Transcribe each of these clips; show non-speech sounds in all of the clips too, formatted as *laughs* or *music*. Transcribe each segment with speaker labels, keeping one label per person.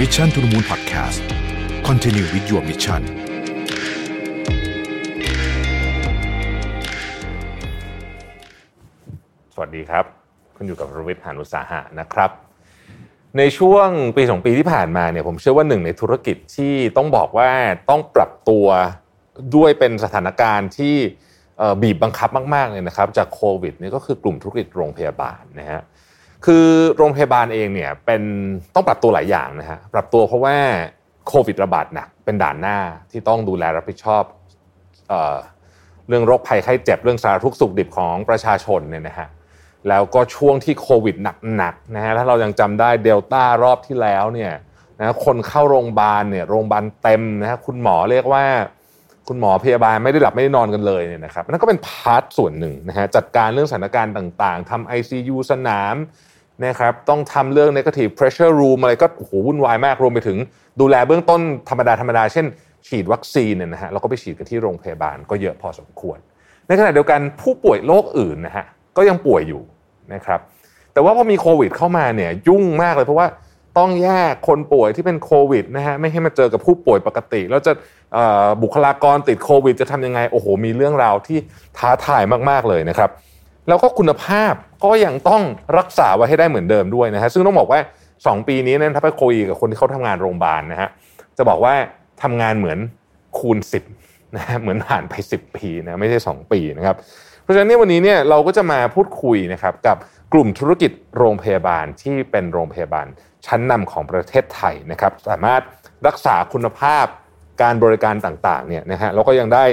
Speaker 1: มิชชั่นทุ h มูลพอดแคสต์คอนเทนิววิดีโอมิชชั่น
Speaker 2: สวัสดีครับ คุณอยู่กับรวิทย์หานุสาหะนะครับ ในช่วงปีสองปีที่ผ่านมาเนี่ยผมเชื่อว่าหนึ่งในธุรกิจที่ต้องบอกว่าต้องปรับตัวด้วยเป็นสถานการณ์ที่เอ่อบีบบังคับมากๆเลยนะครับ จากโควิดนี่ก็คือกลุ่มธุรกิจโรงพยาบาลนะฮะคือโรงพยาบาลเองเนี่ยเป็นต้องปรับตัวหลายอย่างนะฮะปรับตัวเพราะว่าโควิดระบาดหนักเป็นด่านหน้าที่ต้องดูแลรับผิดชอบเอ่อเรื่องโรคภัยไข้เจ็บเรื่องสาธารณทุกข์สุขดิบของประชาชนเนี่ยนะฮะ แล้วก็ช่วงที่โควิดหนักๆนะฮะถ้าเรายังจำได้เดลต้ารอบที่แล้วเนี่ยนะคนเข้าโรงพยาบาลเนี่ยโรงพยาบาลเต็มนะฮะคุณหมอเรียกว่า คุณหมอพยาบาลไม่ได้หลับไม่ได้นอนกันเลยเนี่ยนะครับนั่นก็เป็นพาร์ทส่วนหนึ่งนะฮะจัดการเรื่องสถานการณ์ต่างๆทำ ICU สนามนะครับต้องทำเรื่อง negative pressure room อะไรก็โอ้โหวุ่นวายมากรวมไปถึงดูแลเบื้องต้นธรรมดาธรรมดาๆเช่น ฉีดวัคซีนเนี่ยนะฮะเราก็ไปฉีดกันที่โรงพยาบาลก็เยอะพอสมควร ในขณะเดียวกันผู้ป่วยโรคอื่นนะฮะก็ยังป่วยอยู่นะครับแต่ว่าพอมีโควิดเข้ามาเนี่ยยุ่งมากเลยเพราะว่าต้องแยกคนป่วยที่เป็นโควิดนะฮะไม่ให้มาเจอกับผู้ป่วยปกติ แล้วจะเอ่อบุคลากรติดโควิด จะทำยังไง โอ้โห มีเรื่องราวที่ท้าทายมากๆเลยนะครับ แล้วก็คุณภาพก็ยังต้องรักษาไว้ให้ได้เหมือนเดิมด้วยนะฮะซึ่งต้องบอกว่า 2 ปีนี้เนั้นถ้าไปคุยกับคนที่เขาทำงานโรงพยาบาลนะฮะจะบอกว่าทำงานเหมือนคูณ 10นะฮะเหมือนผ่านไป 10 ปีนะไม่ใช่ 2 ปีนะครับ เพราะฉะนั้นเนี่ยวันนี้เนี่ยเราก็จะมาพูดคุยนะครับกับกลุ่มธุรกิจโรงพยาบาลที่เป็นโรงพยาบาลชั้นนำของประเทศไทยนะครับ สามารถรักษาคุณภาพการบริการต่างๆเนี่ยนะฮะแล้วก็ยังได้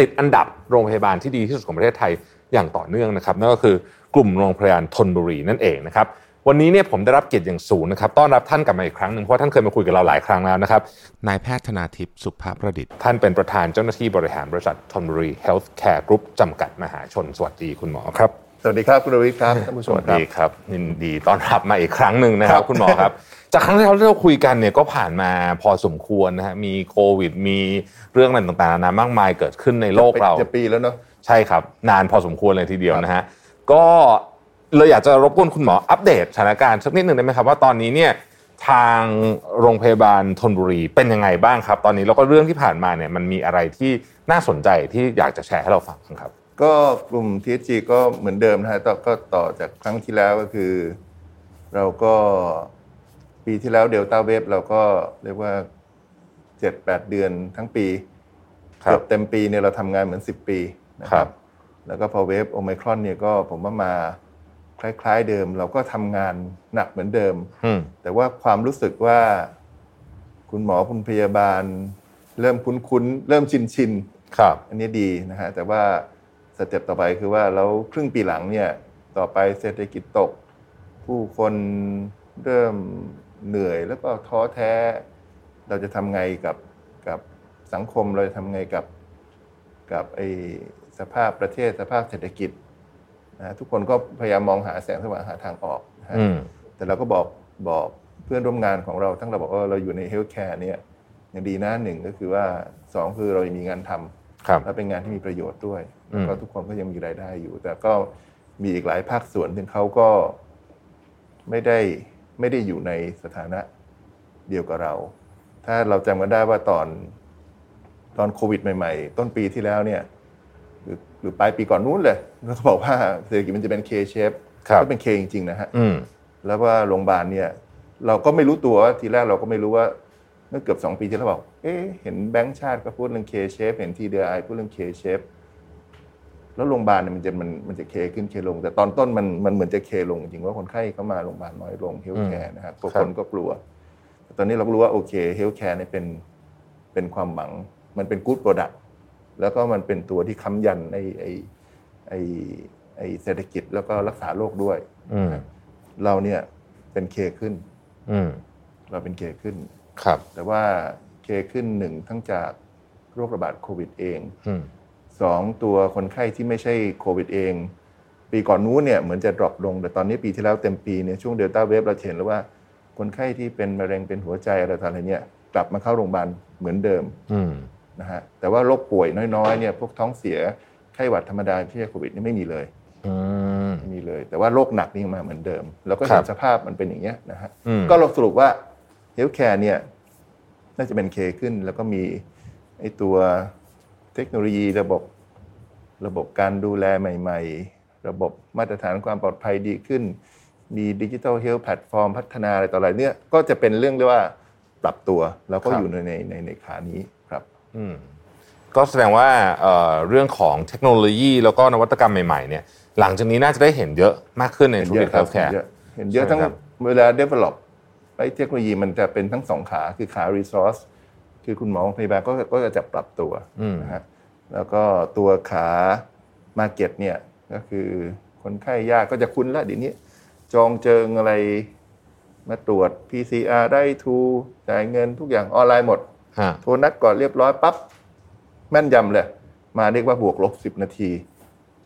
Speaker 2: ติดอันดับโรงพยาบาลที่ดีที่สุดของประเทศไทยอย่างต่อเนื่องนะครับนั่นก็คือกลุ่มโรงพยาบาลธนบุรีนั่นเองนะครับวันนี้เนี่ยผมได้รับเกียรติอย่างสูงนะครับต้อนรับท่านกลับมาอีกครั้งหนึ่งเพราะท่านเคยมาคุยกับเราหลายครั้งแล้วนะครับ
Speaker 3: นายแพทย์ธนาทิพย์สุภาพประดิษฐ์
Speaker 2: ท่านเป็นประธานเจ้าหน้าที่บริหารบริษัทธนบุรีเฮลท์แคร์กรุ๊ปจำกัดมหาชน สวัสดีคุณหมอครับ
Speaker 1: สวัสดีครับ คุณรวิทย์ครับท่านผู้ช
Speaker 2: ส
Speaker 1: ม
Speaker 2: วัส
Speaker 1: ครับ
Speaker 2: ดีครับยินดีต้อนรับมาอีกครั้งหนึ่งนะครับ คุณหมอครับ จากครั้งที่เราที่เราคุยกันเนี่ยก็ผ่านมาพอสมควรนะฮะมีโควิด มีเรื่องอะไรต่างๆนานามากมายเกิดขึ้นในโลกเรา
Speaker 1: จะปีแล้วเนาะ
Speaker 2: ใช่ครับ นานพอสมควรเลยทีเดียวนะฮะก็เลยอยากจะรบกวนคุณหมออัปเดตสถานการณ์สักนิดหนึ่งได้ไหมครับ ว่าตอนนี้เนี่ยทางโรงพยาบาลธนบุรีเป็นยังไงบ้างครับ ตอนนี้แล้วก็เรื่องที่ผ่านมาเนี่ยมันมีอะไรที่น่าสนใจที่อยากจะแชร์ให้เราฟังครับ
Speaker 4: ก็กลุ่ม t ีจีก็เหมือนเดิมนะฮะต่อก็ต่อจากครั้งที่แล้วก็คือ เราก็ปีที่แล้วเดลต้าเวฟเราก็เรียกว่าเจ็ดแปดเดือนทั้งปี
Speaker 2: ครับ
Speaker 4: เกือบเต็มปีเนี่ยเราทำงานเหมือนสิบปีนะค
Speaker 2: ครั
Speaker 4: รับ บ แล้วก็พอเวฟโอไมครอนเนี่ยก็ผมว่ามาคล้ายๆเดิม เราก็ทำงานหนักเหมือนเดิม
Speaker 2: อืม
Speaker 4: แต่ว่าความรู้สึกว่าคุณหมอคุณพยาบาล เริ่มคุ้นๆเริ่มชินๆ
Speaker 2: ครับ
Speaker 4: อันนี้ดีนะฮะแต่ว่าสเต็ปต่อไปคือว่าแล้วครึ่งปีหลังเนี่ยต่อไปเศรษฐกิจตก ผู้คนเริ่มเหนื่อยแล้วก็ท้อแท้ เราจะทำไงกับกับสังคมเราจะทำไงกับกับไอสภาพประเทศสภาพเศรษฐกิจนะฮะทุกคนก็พยายามมองหาแสงสว่างหาทางออกนะฮะ
Speaker 2: อืม
Speaker 4: แต่เราก็บอกบอกเพื่อนร่วมงานของเราทั้งเราบอกว่าเราอยู่ในเฮลท์แคร์เนี่ยอย่างดีนะหนึ่งก็คือว่าสองคือเรายังมีงานทำ
Speaker 2: ครับ
Speaker 4: และเป็นงานที่มีประโยชน์ด้วย
Speaker 2: อื
Speaker 4: แล้
Speaker 2: ม
Speaker 4: วก็ทุกคนก็ยังมีรายได้อยู่ แต่ก็มีอีกหลายภาคส่วนซึ่งเขาก็ไม่ได้ไม่ได้อยู่ในสถานะเดียวกับเรา ถ้าเราจำกันได้ว่าตอนตอนโควิดใหม่ ๆ ต้นปีที่แล้วเนี่ย หรือหรือปลายปีก่อนนู้นเลยแล้วเขาบอกว่าเศรษฐกิจมันจะเป็น K shape
Speaker 2: ครับ
Speaker 4: ก็เป็น K จริงๆนะฮะ
Speaker 2: อืม
Speaker 4: แล้วว่าโรงพยาบาลเนี่ยเราก็ไม่รู้ตัวว่าทีแรกเราก็ไม่รู้ว่าเมื่อเกือบสองปีที่แล้วบอกเอ๊ะเห็นแบงก์ชาติก็พูดเรื่องเคเชฟเห็นทีเดียไอพูดเรื่องเคเชฟแล้วโรงพยาบาลเนี่ยมันจะมันมันจะเคขึ้นเคลง แต่ตอนต้นมันมันเหมือนจะเคลงจริงว่าคนไข้เข้ามาโรงพยาบาลน้อยลงเฮลท์แคร์นะครับพวกคนก็กลัวแต่ตอนนี้เราก็รู้ว่าโอเคเฮลท์แคร์เนี่ยเป็นเป็นความหวังมันเป็นกู๊ดโปรดักต์แล้วก็มันเป็นตัวที่ค้ำยันไอไอไอไอเศรษฐกิจแล้วก็รักษาโรคด้วย
Speaker 2: อืม
Speaker 4: เราเนี่ยเป็นเคขึ้น
Speaker 2: อืม
Speaker 4: เราเป็นเคขึ้น
Speaker 2: ครับ
Speaker 4: แต่ว่าเคขึ้นหนึ่งทั้งจากโรคระบาดโควิดเอง
Speaker 2: อืม
Speaker 4: สองตัวคนไข้ที่ไม่ใช่โควิดเอง ปีก่อนนู้นเนี่ยเหมือนจะดรอปลง แต่ตอนนี้ปีที่แล้วเต็มปีเนี่ยช่วงเดลต้าเวฟเราจะเห็นแล้วว่า คนไข้ที่เป็นมะเร็งเป็นหัวใจอะไรต่างๆเนี่ยกลับมาเข้าโรงพยาบาลเหมือนเดิม
Speaker 2: อืม
Speaker 4: นะฮะแต่ว่าโรคป่วยน้อยๆเนี่ยพวกท้องเสียไข้หวัดธรรมดาที่ไม่ใช่โควิดนี่ไม่มีเลย
Speaker 2: อืม
Speaker 4: ไม่มีเลย แต่ว่าโรคหนักนี่ยังมาเหมือนเดิม แล้วก็เห็
Speaker 2: ครั
Speaker 4: น
Speaker 2: บ
Speaker 4: สภาพมันเป็นอย่างเงี้ยนะฮะ
Speaker 2: อืม
Speaker 4: ก็เราสรุปว่า ฮลท์แคร์เนี่ยน่าจะเป็นเคขึ้น แล้วก็มีไอ้ตัวเทคโนโลยีระบบระบบการดูแลใหม่ ๆ ระบบมาตรฐานความปลอดภัยดีขึ้น มีดิจิทัลเฮลท์แพลตฟอร์มพัฒนาอะไรต่ออะไรเนี่ยก็จะเป็นเรื่องเรียกว่าปรับตัว แล้วก็
Speaker 2: ครับ
Speaker 4: อยู่ในในในในขานี้ครับ
Speaker 2: อืมก็แสดงว่าเอ่อเรื่องของเทคโนโลยีแล้วก็นวัตกรรมใหม่ๆเนี่ยหลังจากนี้น่าจะได้เห็นเยอะมากขึ้นใน
Speaker 4: เห็น
Speaker 2: ธุรกิ
Speaker 4: เย
Speaker 2: จ
Speaker 4: อะค
Speaker 2: เฮ
Speaker 4: รับ
Speaker 2: ลท์แคร์
Speaker 4: เห็นเยอะเห็นเยอะทั้ง
Speaker 2: ใช่ครับ
Speaker 4: เวลา develop ไอ้เทคโนโลยีมันจะเป็นทั้งสองขาคือขา resource คือคุณหมอพยาบาลก็ก็จะปรับตัวนะฮะแล้วก็ตัวขา market เนี่ยก็คือคนไข้ยากก็จะคุ้นละเดี๋ยวนี้ จองเจิงอะไรมาตรวจ PCR ได้ทูจ่ายเงินทุกอย่างออนไลน์หมด
Speaker 2: ฮะ
Speaker 4: โทรนัดก่อนเรียบร้อยปั๊บแม่นยำเลย มาเรียกว่าบวกลบสิบนาที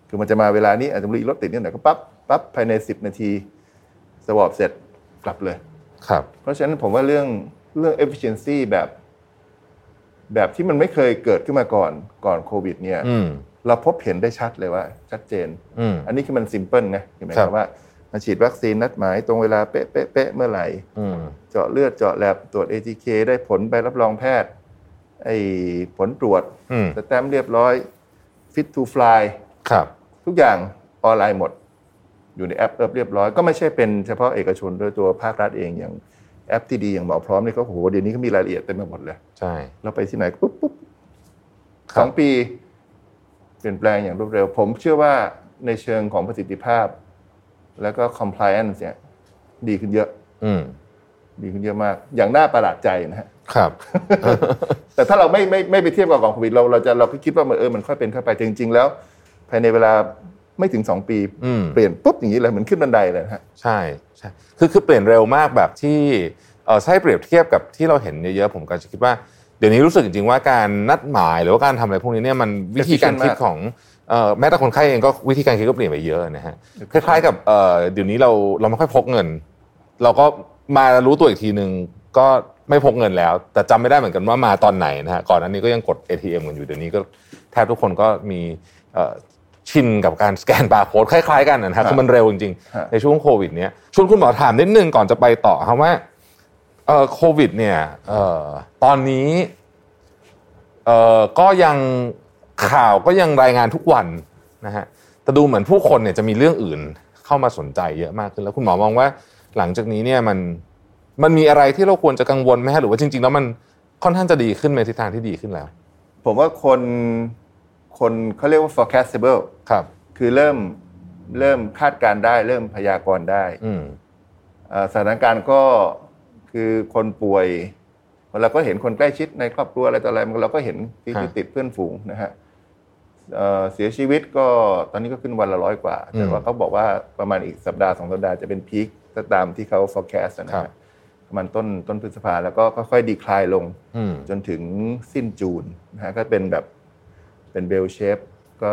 Speaker 4: คือมันจะมาเวลานี้อาจจะรีรถติดนิดหน่อยก็ปั๊บปั๊บภายในสิบนาที สวอปเสร็จกลับเลย
Speaker 2: ครับ
Speaker 4: เพราะฉะนั้นผมว่าเรื่องเรื่อง efficiency แบบ แบบที่มันไม่เคยเกิดขึ้นมาก่อนก่อนโควิด เนี่ย
Speaker 2: อืม
Speaker 4: เราพบเห็นได้ชัดเลยว่า ชัดเจน
Speaker 2: อืม
Speaker 4: อันนี้คือมันซิมเพิลไงเห็นไหมค
Speaker 2: ครั
Speaker 4: รับบ ว่ามาฉีดวัคซีนนัดหมายตรงเวลาเป๊ะเป๊ะเป๊ะเมื่อไหร่
Speaker 2: อืม
Speaker 4: เจาะเลือดเจาะแลบตรวจ ATK ได้ผลใบรับรองแพทย์ ไอ้ผลตรวจ
Speaker 2: อืม
Speaker 4: สแตมป์เรียบร้อย Fit to Fly
Speaker 2: ครับ
Speaker 4: ทุกอย่างออนไลน์หมด อยู่ในแอปเรียบร้อย ก็ไม่ใช่เป็นเฉพาะเอกชนโดวยตัวภาครัฐเองอย่างแอปที่ดีอย่างหมอพร้อมนี่ก็โอ้โหเดี๋ยวนี้ก็มีรายละเอียดเต็มไปหมดเลย
Speaker 2: ใช่
Speaker 4: เราไปที่ไหนปุ๊บปุ๊บ
Speaker 2: ครับ
Speaker 4: สองปีเปลี่ยนแปลงอย่างรวดเร็ว ผมเชื่อว่าในเชิงของประสิทธิภาพ แล้วก็ compliance เนี่ยดีขึ้นเยอะ
Speaker 2: อืม
Speaker 4: ดีขึ้นเยอะมาก อย่างน่าประหลาดใจนะฮะ
Speaker 2: ครับ
Speaker 4: แต่ถ้าเราไม่ไม่ไม่ไปเทียบกับก่อนโควิดเราเราจะเราก็คิดว่ามันเออมันค่อยเป็นค่อยไปแต่จริงๆแล้ว ภายในเวลาไม่ถึง 2 ปี
Speaker 2: อืม
Speaker 4: เปลี่ยนปุ๊บอย่างนี้เลยเหมือนขึ้นบันไดเลยนะฮะ
Speaker 2: ใช่ใช่คือคือเปลี่ยนเร็วมากแบบที่เออใช่เปรียบเทียบกับที่เราเห็นเยอะๆผมก็จะคิดว่า เดี๋ยวนี้รู้สึกจริงๆว่าการนัดหมายหรือว่าการทำอะไรพวกนี้เนี่ยมันวิธีการคิด
Speaker 4: มาก
Speaker 2: ของเอ่อแม้แต่คนไข้เองก็วิธีการคิดก็เปลี่ยนไปเยอะนะฮะคล้ายๆกับเอ่อเดี๋ยวนี้เราเราไม่ค่อยพกเงิน เราก็มารู้ตัวอีกทีหนึ่งก็ไม่พกเงินแล้ว แต่จำไม่ได้เหมือนกันว่ามาตอนไหนนะฮะก่อนอันนี้ก็ยังกด ATM กันอยู่เดี๋ยวนี้ก็แทบทุกคนก็มีเอ่อชินกับการสแกนบาร์โค้ดคล้ายๆกันนะฮะคือมันเร็วจริง
Speaker 4: ฮะ
Speaker 2: ๆ ในช่วงโควิดเนี้ยชวนคุณหมอถามนิดนึงก่อนจะไปต่อครับว่าเอ่อโควิดเนี่ยเอ่อตอนนี้เอ่อก็ยังข่าวก็ยังรายงานทุกวันนะฮะแต่ดูเหมือนผู้คนเนี่ยจะมีเรื่องอื่นเข้ามาสนใจเยอะมากขึ้น แล้วคุณหมอมองว่าหลังจากนี้เนี่ยมันมันมีอะไรที่เราควรจะกังวลไหมฮะหรือว่าจริง ๆ แล้วมันค่อนข้างจะดีขึ้นในทิศทางที่ดีขึ้นแล้ว
Speaker 4: ผมว่าคนคนเขาเรียกว่า forecastable
Speaker 2: ครับ
Speaker 4: คือเริ่มเริ่มคาดการณ์ได้ เริ่มพยากรณ์ได้
Speaker 2: อืม
Speaker 4: เอ่อสถานการณ์ก็คือคนป่วยเราก็เห็นคนใกล้ชิดในครอบครัวอะไรต่ออะไรมันเราก็เห็นที่ที่ติดเพื่อนฝูงนะฮะเอ่อเสียชีวิตก็ตอนนี้ก็ขึ้นวันละร้อยกว่า แต่ว่าเขาบอกว่าประมาณอีกสัปดาห์สองสัปดาห์จะเป็นพีคถ้าตามที่เขา forecast นะ
Speaker 2: ครั
Speaker 4: ฮะ
Speaker 2: บ
Speaker 4: ประมาณต้นต้นพฤษภาแล้วก็ค่อยๆดีคลายลง
Speaker 2: อืม
Speaker 4: จนถึงสิ้นจูนนะฮะก็เป็นแบบเป็นเบลเชฟก็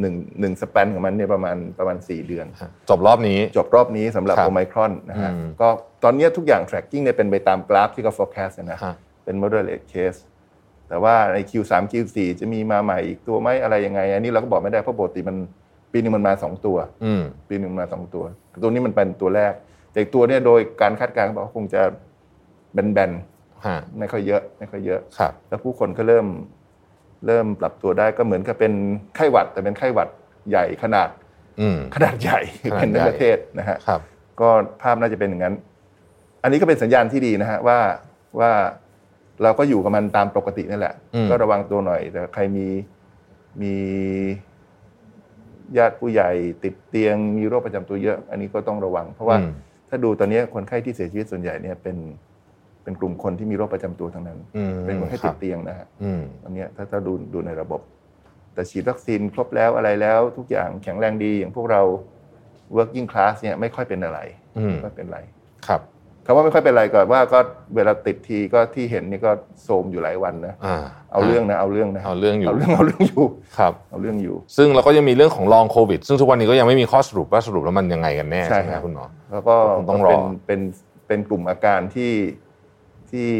Speaker 4: หนึ่งหนึ่งสแปนของมันเนี่ยประมาณประมาณ 4 เดือน
Speaker 2: จบรอบนี้
Speaker 4: จบรอบนี้สำหรับ
Speaker 2: ครับ
Speaker 4: โอไมครอนนะฮะ
Speaker 2: อืม
Speaker 4: ก็ตอนเนี้ยทุกอย่าง tracking เนี่ยเป็นไปตามกราฟที่เขา forecast นะ
Speaker 2: ฮะ
Speaker 4: เป็น moderate case แต่ว่าใน Q3 Q4 จะมีมาใหม่อีกตัวไหมอะไรยังไง อันนี้เราก็บอกไม่ได้เพราะปกติมันปีหนึงมันมา 2 ตัว
Speaker 2: อืม
Speaker 4: ปีหนึ่งมาสองตัว ตัวนี้มันเป็นตัวแรก แต่อีกตัวเนี่ยโดยการคาดการณ์เขาบอกว่าคงจะแบน
Speaker 2: ฮะ
Speaker 4: ๆไม่ค่อยเยอะไม่ค่อยเยอะ
Speaker 2: ครับ
Speaker 4: แล้วผู้คนก็เริ่มเริ่มปรับตัวได้ก็เหมือนกับเป็นไข้หวัด แต่เป็นไข้หวัดใหญ่ขนาด
Speaker 2: อืม
Speaker 4: ขนาดใหญ่
Speaker 2: ขนาดใหญ่
Speaker 4: เป็นทั้งประเทศนะฮะ
Speaker 2: ครับ
Speaker 4: ก็ภาพน่าจะเป็นอย่างนั้น อันนี้ก็เป็นสัญญาณที่ดีนะฮะว่าว่าเราก็อยู่กับมันตามปกตินั่นแหละ
Speaker 2: อืม
Speaker 4: ก็ระวังตัวหน่อย แต่ใครมีมีญาติผู้ใหญ่ ติดเตียงมีโรคประจำตัวเยอะ อันนี้ก็ต้องระวัง เพราะว่า
Speaker 2: อืม
Speaker 4: ถ้าดูตอนนี้คนไข้ที่เสียชีวิตส่วนใหญ่เนี่ยเป็นเป็นกลุ่มคนที่มีโรคประจำตัวทั้งนั้น
Speaker 2: อืม
Speaker 4: เป็นคนไข้
Speaker 2: ค
Speaker 4: ติ
Speaker 2: รั
Speaker 4: ด
Speaker 2: บ
Speaker 4: เตียงนะฮะ
Speaker 2: อืม
Speaker 4: อันเนี้ยถ้าถ้าดูดูในระบบ แต่ฉีดวัคซีนครบแล้วอะไรแล้ว ทุกอย่างแข็งแรงดีอย่างพวกเรา working class เนี่ยไม่ค่อยเป็นอะไร
Speaker 2: อืม
Speaker 4: ไม่ค่อยเป็นไร
Speaker 2: ครับ
Speaker 4: คำว่าไม่ค่อยเป็นไรก่อนว่าก็เวลาติดทีก็ที่เห็นนี่ก็โทรมอยู่หลายวันนะ
Speaker 2: อ่า
Speaker 4: เอาเรื่องนะเอาเรื่องนะ
Speaker 2: เอาเรื่องอยู่
Speaker 4: เอาเรื่องเอาเรื่องอยู่
Speaker 2: ครับ
Speaker 4: เอาเรื่องอยู่
Speaker 2: ซึ่งเราก็ยังมีเรื่องของลองโควิด ซึ่งทุกวันนี้ก็ยังไม่มีข้อสรุปว่าสรุปแล้วมันยังไงกันแน่
Speaker 4: ใช่
Speaker 2: ใช่ไหม
Speaker 4: ครับ
Speaker 2: คุณหมอ
Speaker 4: แล้วก็
Speaker 2: ก็คงต้องรอ
Speaker 4: เป็นเป็นเป็นกลุ่มอาการที่ที่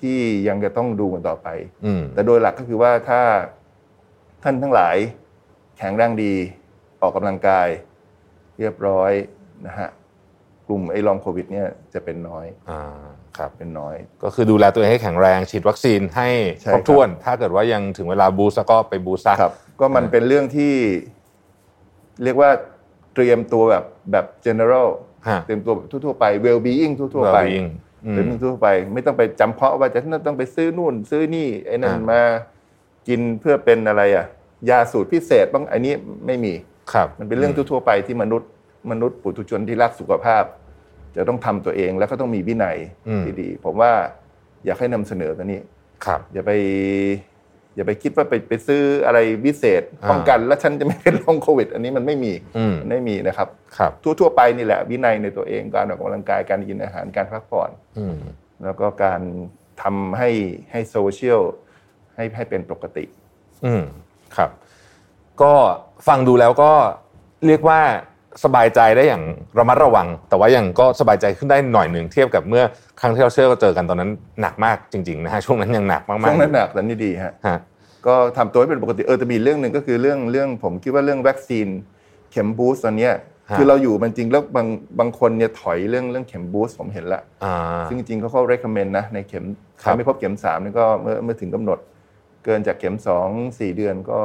Speaker 4: ที่ยังจะต้องดูกันต่อไป
Speaker 2: อืม
Speaker 4: แต่โดยหลักก็คือว่าถ้าท่านทั้งหลายแข็งแรงดีออกกำลังกาย เรียบร้อยนะฮะ กลุ่มไอ้ลองโควิดเนี่ยจะเป็นน้อย
Speaker 2: อ่าครับ
Speaker 4: เป็นน้อย
Speaker 2: ก็คือดูแลตัวเองให้แข็งแรงฉีดวัคซีนให้
Speaker 4: ใช่
Speaker 2: คร
Speaker 4: ครั
Speaker 2: บบ ถ้วน ถ้าเกิดว่ายังถึงเวลาบูสต์แล้วก็ไปบูสต์ซะ
Speaker 4: ครับก็มันเป็นเรื่องที่ เรียกว่าเตรียมตัวแบบแบบ general
Speaker 2: ฮะ
Speaker 4: เตรียมตัวแบบทั่วๆไป well being ทั่วๆไป
Speaker 2: ยิ่งอืม
Speaker 4: เป็นเรื่องทั่วไปไม่ต้องไปจำเพาะว่าจะต้องไปซื้อนู่น ซื้อนี่ไอ้นั่น
Speaker 2: อ่าม
Speaker 4: มากินเพื่อเป็นอะไรอ่ะ ยาสูตรพิเศษบ้างอันนี้ไม่มี
Speaker 2: ครับ
Speaker 4: มันเป็นเรื่องทั่วๆไปที่มนุษย์มนุษย์ปุถุชนที่รักสุขภาพ จะต้องทำตัวเองแล้วก็ต้องมีวินัยที่ดีผมว่าอยากให้นำเสนอตัวนี้
Speaker 2: ครับ
Speaker 4: อย่าไป อย่าไปคิดว่าไปไปซื้ออะไรวิเศษป้องกันแล้วฉันจะไม่เป็นลองโควิด อันนี้มันไม่มี
Speaker 2: อืม
Speaker 4: มันไม่มีนะครับ
Speaker 2: ครับ
Speaker 4: ทั่วๆไปนี่แหละวินัยในตัวเองการออกกำลังกายการกินอาหารการพักผ่อน
Speaker 2: อืม
Speaker 4: แล้วก็การทำให้ให้โซเชียลให้ให้เป็นปกติ
Speaker 2: อืมครับ ก็ฟังดูแล้วก็เรียกว่าสบายใจได้อย่างระมัดระวัง แต่ว่ายังก็สบายใจขึ้นได้หน่อยหนึ่งเทียบกับเมื่อครั้งที่เราเชื่อเจอกันตอนนั้นหนักมากจริงๆนะฮะช่วงนั้นยังหนักมากๆ
Speaker 4: ช่วงนั้นหนักแต่นี่ดีฮะ
Speaker 2: ฮะ
Speaker 4: ก็ทำตัวให้เป็นปกติเออแต่มีเรื่องหนึ่งก็คือเรื่องเรื่องผมคิดว่าเรื่องวัคซีนเข็มบูสต์ตอนเนี้ยคือเราอยู่มันจริงแล้วบางบางคนเนี่ยถอยเรื่องเรื่องเข็มบูสต์ผมเห็นละ
Speaker 2: อ่า
Speaker 4: ซึ่งจริงๆเขาก็ recommend นะในเข็ม
Speaker 2: ครับ
Speaker 4: ถ้าไม่ครบเข็มสามนี่ก็เมื่อเมื่อถึงกำหนด เกินจากเข็มสองสี่เดือนก็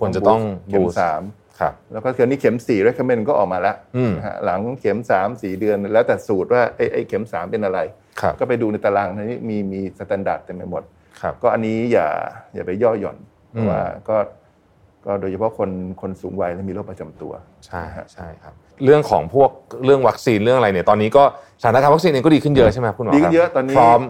Speaker 2: ควรจะต้อง
Speaker 4: เข็ม
Speaker 2: บูสต์
Speaker 4: สาม
Speaker 2: ครับ
Speaker 4: แล้วก็เข็มนี้เข็มสี่ recommend ก็ออกมาแล้ว
Speaker 2: อืม
Speaker 4: นะฮะหลังเข็มสามสี่เดือน แล้วแต่สูตรว่าไอ้ไอ้เข็มสามเป็นอะไร
Speaker 2: ครับ
Speaker 4: ก็ไปดูในตารางนี้มีมีสแตนดาร์ดเต็มไปหมด
Speaker 2: ครับ
Speaker 4: ก็อันนี้อย่าอย่าไปย่อหย่อนเพ
Speaker 2: อืม
Speaker 4: ราะว่าก็ก็โดยเฉพาะคนคนสูงวัยและมีโรคประจำตัว
Speaker 2: ใช่
Speaker 4: นะฮะ
Speaker 2: ใช่ครับ เรื่องของพวกเรื่องวัคซีนเรื่องอะไรเนี่ยตอนนี้ก็สถานการณ์วัคซีนเองก็ดีขึ้นเยอะใช่ไหมครับคุณหมอ
Speaker 4: ดีขึ้นเยอะ
Speaker 2: ครับ
Speaker 4: ตอนนี้
Speaker 2: พร้อม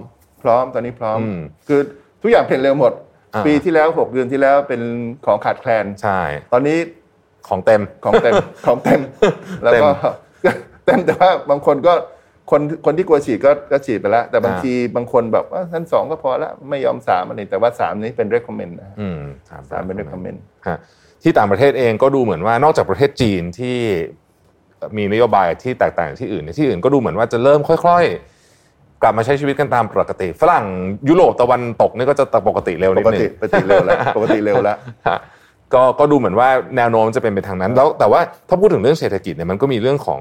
Speaker 4: พร้อมตอนนี้พร้อม
Speaker 2: อืม
Speaker 4: คือทุกอย่างเปลี่ยนเร็วหมด
Speaker 2: อ่า
Speaker 4: ปีที่แล้วหกเดือนที่แล้วเป็นของขาดแคลน
Speaker 2: ใช่
Speaker 4: ตอนนี้
Speaker 2: ของเต็ม
Speaker 4: ของ
Speaker 2: *laughs*
Speaker 4: เต็ม ของเต็มแล้วก็ *laughs* เต็มแต่ว่าบางคนก็คนคนที่กลัวฉีดก็ก็ฉีดไปแล้ว แต่บาง
Speaker 2: อ่า
Speaker 4: ทีบางคนแบบว่าท่านสองก็พอละไม่ยอมสามอะไรแต่ว่าสามนี้เป็น recommend นะ
Speaker 2: อืม
Speaker 4: สามเป็น recommend
Speaker 2: ฮะที่ต่างประเทศเองก็ดูเหมือนว่านอกจากประเทศจีนที่มีนโยบายที่แตกต่างจากที่อื่นเนี่ยที่อื่นก็ดูเหมือนว่าจะเริ่มค่อย ๆ กลับมาใช้ชีวิตกันตามปกติ ฝรั่งยุโรปตะวันตกนี่ก็จะปกติเร็ว
Speaker 4: ป
Speaker 2: นิด
Speaker 4: ก
Speaker 2: นึ
Speaker 4: ติ
Speaker 2: ง
Speaker 4: ปกติเร็วแล้วปกติเร็วแล้ว
Speaker 2: ฮะก็ก็ดูเหมือนว่าแนวโน้มจะเป็นไปทางนั้นแล้วแต่ว่าถ้าพูดถึงเรื่องเศรษฐกิจเนี่ยมันก็มีเรื่องของ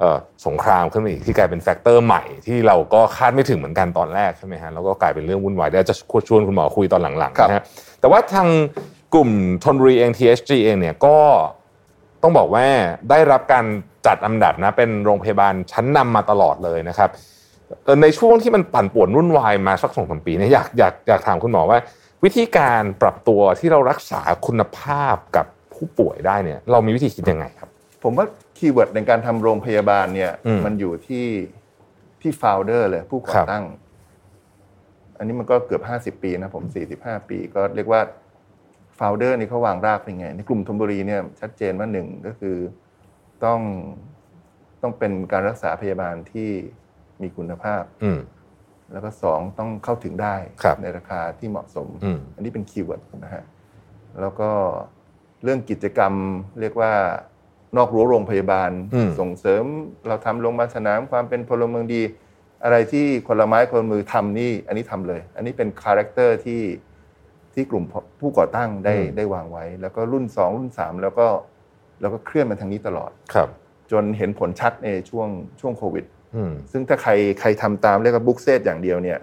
Speaker 2: เอ่อสงครามขึ้นมาอีกที่กลายเป็นแฟกเตอร์ใหม่ที่เราก็คาดไม่ถึงเหมือนกันตอนแรกใช่ไหมฮะแล้วก็กลายเป็นเรื่องวุ่นวายได้จะชวนคุณหมอคุยตอนหลังๆนะฮะแต่ว่าทางกลุ่มทนบุรีเอง THG เองเนี่ยก็ต้องบอกว่าได้รับการจัดอันดับนะเป็นโรงพยาบาลชั้นนำมาตลอดเลยนะครับ เอ่อในช่วงที่มันปั่นป่วนวุ่นวายมาสักสองสามปีเนี่ยอยากอยากอยากถามคุณหมอว่า วิธีการปรับตัวที่เรารักษาคุณภาพกับผู้ป่วยได้เนี่ย เรามีวิธีคิดยังไงครับ
Speaker 4: ผมว่าคีย์เวิร์ดในการทำโรงพยาบาลเนี่ย
Speaker 2: อืม
Speaker 4: มันอยู่ที่ที่ f o u เดอร์เลยผู้ก่อ
Speaker 2: ครับ
Speaker 4: ตั้ง อันนี้มันก็เกือบห้าสิบ50 ปีนะผมสี่สิบห้าปีก็เรียกว่า f o u เดอร์นี่เขาวางรากเป็นไง ในกลุ่มธนบุรีเนี่ยชัดเจนว่าหนึ่งก็คือต้องต้องเป็นการรักษาพยาบาลที่มีคุณภาพ
Speaker 2: อืม
Speaker 4: แล้วก็สองต้องเข้าถึงได้
Speaker 2: ครับ
Speaker 4: ในราคาที่เหมาะสม
Speaker 2: อืม
Speaker 4: อันนี้เป็นคีย์เวิร์ดนะฮะ แล้วก็เรื่องกิจกรรมเรียกว่านอกรั้วโรงพยาบาล
Speaker 2: อืม
Speaker 4: ส่งเสริมเราทำโรงพยาบาลสนามความเป็นพลเมืองดี อะไรที่คนละไม้คนละมือทำนี่ อันนี้ทำเลย อันนี้เป็นคาแรคเตอร์ที่ที่กลุ่มผู้ก่อตั้งได้ได้วางไว้ แล้วก็รุ่นสองรุ่นสามแล้วก็แล้วก็เคลื่อนมาทางนี้ตลอด
Speaker 2: ครับ
Speaker 4: จนเห็นผลชัดในช่วงช่วงโควิด
Speaker 2: อืม
Speaker 4: ซึ่งถ้าใครใครทำตามเรียกว่าบุ๊กเซตอย่างเดียวเนี่ย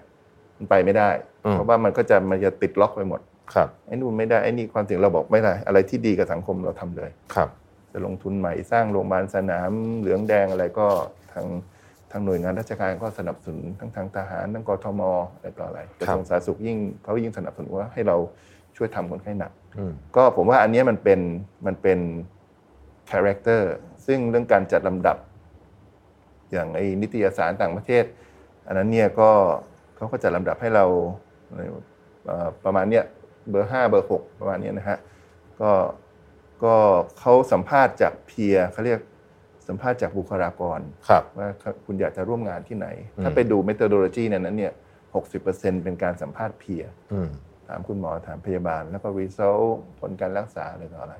Speaker 4: มันไปไม่ได้
Speaker 2: อืม
Speaker 4: เพราะว่ามันก็จะมันจะติดล็อกไปหมด
Speaker 2: ครับ
Speaker 4: ไอ้นู่นไม่ได้ไอ้นี่ความจริงเราบอกไม่ได้อะไรที่ดีกับสังคมเราทำเลย
Speaker 2: ครับ
Speaker 4: จะลงทุนใหม่สร้างโรงพยาบาลสนามเหลืองแดงอะไรก็ทางทางหน่วยงานราชการก็สนับสนุนทั้งทางทหารทั้งกทมอะไรต่ออะไรกระทรวงสาธารณสุขยิ่งเขายิ่งสนับสนุนว่าให้เราช่วยทำคนไข้หนัก
Speaker 2: อืม
Speaker 4: ก็ผมว่าอันเนี้ยมันเป็นมันเป็นคาแรคเตอร์ซึ่งเรื่องการจัดลำดับ อย่างไอ้นิตยสารต่างประเทศ อันนั้นเนี่ยก็เขาก็จัดลำดับให้เราเอ่อประมาณเนี้ยเบอร์ห้าเบอร์หกประมาณเนี้ยนะฮะก็ก็เขาสัมภาษณ์จากเพียเขาเรียกสัมภาษณ์จากบุคลากร
Speaker 2: ครับ
Speaker 4: ว่าคุณอยากจะร่วมงานที่ไหน ถ้า
Speaker 2: อืม
Speaker 4: ไปดู m e t h o d o l o g y ในนั้นเนี่ยหกสิบเปอร์เซ็นเป็นการสัมภาษณ์เพีย
Speaker 2: อืม
Speaker 4: ถามคุณหมอถามพยาบาลแล้วก็ result ผลการรักษาอะไรต่ออะไร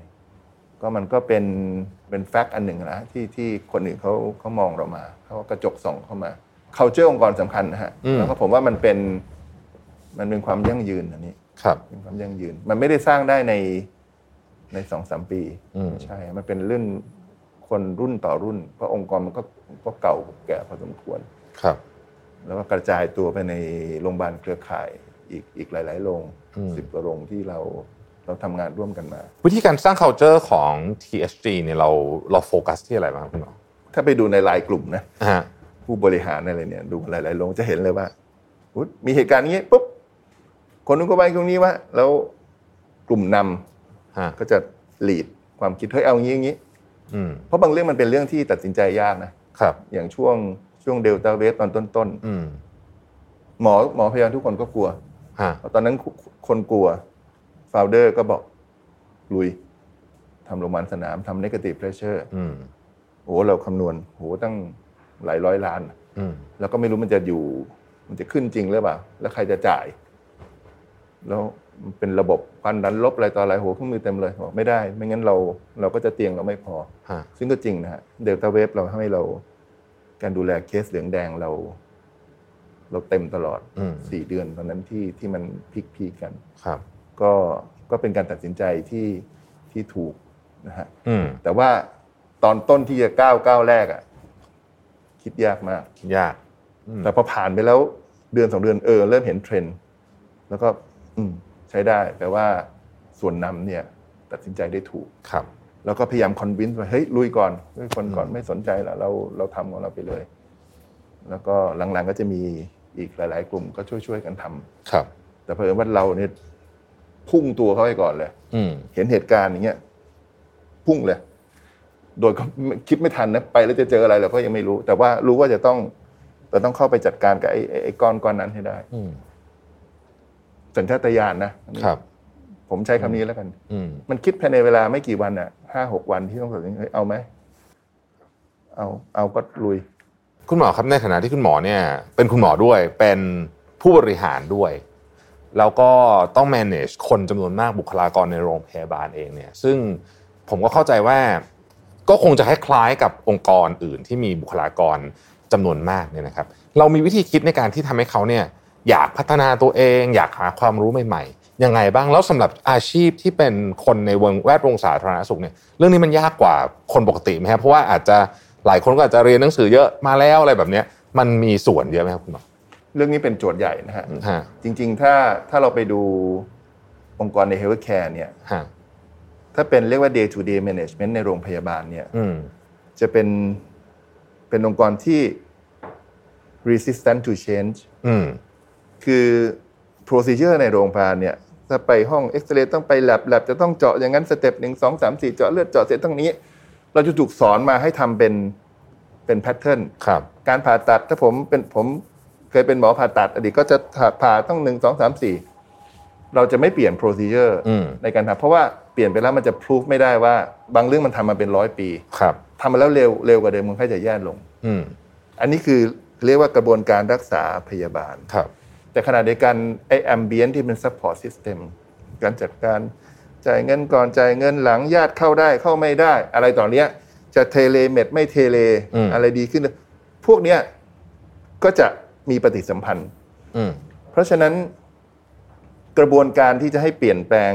Speaker 4: ก็มันก็เป็นเป็นแฟกต์อันหนึ่งนะที่ที่คนอื่นเขาเขามองเรามาเขาก็กระจกส่องเข้ามา culture องค์กรสำคัญนะฮะ
Speaker 2: อืม
Speaker 4: แล้วก็ผมว่ามันเป็นมันเป็นความยั่งยืนอันนี้
Speaker 2: ครับ
Speaker 4: เป็นความยั่งยืน มันไม่ได้สร้างได้ในในสองสามปี
Speaker 2: อืม
Speaker 4: ไม่ใช่ มันเป็นเรื่อง คนรุ่นต่อรุ่น เพราะองค์กรมันก็ก็เก่าแก่พอสมควร
Speaker 2: ครับ
Speaker 4: แล้วก็กระจายตัวไปในโรงพยาบาลเครือข่ายอีกอีกหลาย ๆ โรง
Speaker 2: อืม
Speaker 4: สิบกว่าโรงที่เราเราทำงานร่วมกันมา
Speaker 2: วิธีการสร้าง culture ของ TSG เนี่ยเราเราโฟกัสที่อะไรบ้างครับคุณหมอ
Speaker 4: ถ้าไปดูในไลน์กลุ่มนะ
Speaker 2: ฮะ
Speaker 4: ผู้บริหารอะไรเนี่ยดูหลายๆโรงจะเห็นเลยว่าอุ๊ยมีเหตุการณ์อย่างนี้ปุ๊บคนนู้นก็ไปตรงนี้ว่า แล้วกลุ่มนำ
Speaker 2: ฮะ
Speaker 4: ก็จะหลีดความคิดเฮ้ยเอาอย่างนี้อย่างนี้
Speaker 2: อืม
Speaker 4: เพราะบางเรื่องมันเป็นเรื่องที่ตัดสินใจยากนะ
Speaker 2: ครับ
Speaker 4: อย่างช่วงช่วงเดลต้าเวฟตอนต้น
Speaker 2: อืม
Speaker 4: ๆหมอหมอพยาบาลทุกคนก็กลัว
Speaker 2: ฮะ
Speaker 4: ตอนนั้นคุคนกลัวโฟลเดอร์ก็บอกลุยทำโรงพยาบาลสนามทำ negative pressure
Speaker 2: อืม
Speaker 4: โอ้โหเราคำนวณโหตั้งหลายร้อยล้าน
Speaker 2: อืม
Speaker 4: แล้วก็ไม่รู้มันจะอยู่ มันจะขึ้นจริงหรือเปล่า แล้วใครจะจ่าย แล้วมันเป็นระบบพันดันลบอะไรต่ออะไรโหเครื่องมือเต็มเลยบอกไม่ได้ ไม่งั้นเราเราก็จะเตียงเราไม่พอ
Speaker 2: ฮะ
Speaker 4: ซึ่งก็จริงนะฮะเดลต้าเวฟเราให้เราการดูแลเคสเหลืองแดงเรา เราเต็มตลอด
Speaker 2: อืม
Speaker 4: สี่เดือนตอนนั้นที่ที่มันพีคพีกัน
Speaker 2: ครับ
Speaker 4: ก็ก็เป็นการตัดสินใจที่ที่ถูกนะฮะ
Speaker 2: อืม
Speaker 4: แต่ว่าตอนต้นที่จะก้าวก้าวแรกอะ่ะ คิดยากมาก
Speaker 2: ยากอืม
Speaker 4: แต่พอผ่านไปแล้วเดือนสองเดือนเออ เริ่มเห็นเทรนด์แล้วก็ อืม ใช้ได้แปลว่าส่วนนำเนี่ย ตัดสินใจได้ถูก
Speaker 2: ครับ
Speaker 4: แล้วก็พยายามคอนวินส์ว่าเฮ้ยลุยก่อนลุยคนก่อนไม่สนใจละเราเราทำของเราไปเลย แล้วก็หลังๆก็จะมีอีกหลาย ๆ กลุ่มก็ช่วยๆกันทำ
Speaker 2: ครับ
Speaker 4: แต่เพิ่ว่าเราเนี่ยพุ่งตัวเข้าไปก่อนเลย
Speaker 2: อืม
Speaker 4: เห็นเหตุการณ์อย่างเงี้ยพุ่งเลย โดยก็ไม่คิดไม่ทันนะไปแล้วจะเจออะไรเราก็ยังไม่รู้ แต่ว่ารู้ว่าจะต้องเราต้องเข้าไปจัดการกับไอ้ไอ้ไอ้ก้อนก้อนนั้นให้ได้
Speaker 2: อืม
Speaker 4: สัญชาตญาณนะอันนี้
Speaker 2: ครับ
Speaker 4: ผมใช้คำนี้แล้วกัน
Speaker 2: อืม
Speaker 4: มันคิดภายในเวลาไม่กี่วันอ่ะห้าหกวันที่ต้องตัดสินใจเฮ้ยเอาไหมเอาเอาก็ลุย
Speaker 2: คุณหมอครับในฐานะที่คุณหมอเนี่ย เป็นคุณหมอด้วยเป็นผู้บริหารด้วย แล้วก็ต้อง manage คนจำนวนมากบุคลากรในโรงพยาบาลเองเนี่ย ซึ่งผมก็เข้าใจว่า ก็คงจะคล้ายๆกับองค์กรอื่นที่มีบุคลากรจำนวนมากเนี่ยนะครับ เรามีวิธีคิดในการที่ทำให้เขาเนี่ยอยากพัฒนาตัวเอง อยากหาความรู้ใหม่ๆยังไงบ้างแล้วสำหรับอาชีพที่เป็นคนในวงแวดวงสาธารณสุขเนี่ยเรื่องนี้มันยากกว่าคนปกติไหมครับเพราะว่าอาจจะหลายคนก็อาจจะเรียนหนังสือเยอะมาแล้วอะไรแบบเนี้ยมันมีส่วนเยอะไหมครับคุณหมอ
Speaker 4: เรื่องนี้เป็นโจทย์ใหญ่นะฮะ
Speaker 2: ฮะ
Speaker 4: จริง ๆ ถ้าถ้าเราไปดูองค์กรใน healthcare เนี่ย
Speaker 2: ฮะ
Speaker 4: ถ้าเป็นเรียกว่า day to day management ในโรงพยาบาลเนี่ย
Speaker 2: อืม
Speaker 4: จะเป็นเป็นองค์กรที่ resistant to change
Speaker 2: อืม
Speaker 4: คือ procedure ในโรงพยาบาลเนี่ย ถ้าไปห้องเอ็กซเรย์ต้องไป lab lab จะต้องเจาะอย่างนั้นสเต็ปหนึ่งสองสามสี่เจาะเลือดเจาะเสร็จต้องนี้ เราจะถูกสอนมาให้ทำเป็นเป็น pattern
Speaker 2: ครับ
Speaker 4: การผ่าตัดถ้าผมเป็นผมเคยเป็นหมอผ่าตัด อดีตก็จะผ่าต้องหนึ่งสองสามสี่เราจะไม่เปลี่ยน procedure
Speaker 2: อืม
Speaker 4: ในการทำเพราะว่าเปลี่ยนไปแล้วมันจะพิสูจไม่ได้ว่าบางเรื่องมันทำมาเป็นร้อยปี
Speaker 2: ครับ
Speaker 4: ทำมาแล้วเร็วเร็วกว่าเดิมคนไข้จะแย่ลง
Speaker 2: อืม
Speaker 4: อันนี้คือเรียกว่ากระบวนการรักษาพยาบาล
Speaker 2: ครับ
Speaker 4: แต่ขณะเดียวกันไอแอมเบียนที่เป็นซัพพอร์ตซิสเต็มการจัดการจ่ายเงินก่อนจ่ายเงินหลังญาติเข้าได้เข้าไม่ได้ อะไรต่อเนี้ย จะเทเลเมดไม่เทเลอะไรดีขึ้น พวกเนี้ยก็จะมีปฏิสัมพันธ์
Speaker 2: อืม
Speaker 4: เพราะฉะนั้นกระบวนการที่จะให้เปลี่ยนแปลง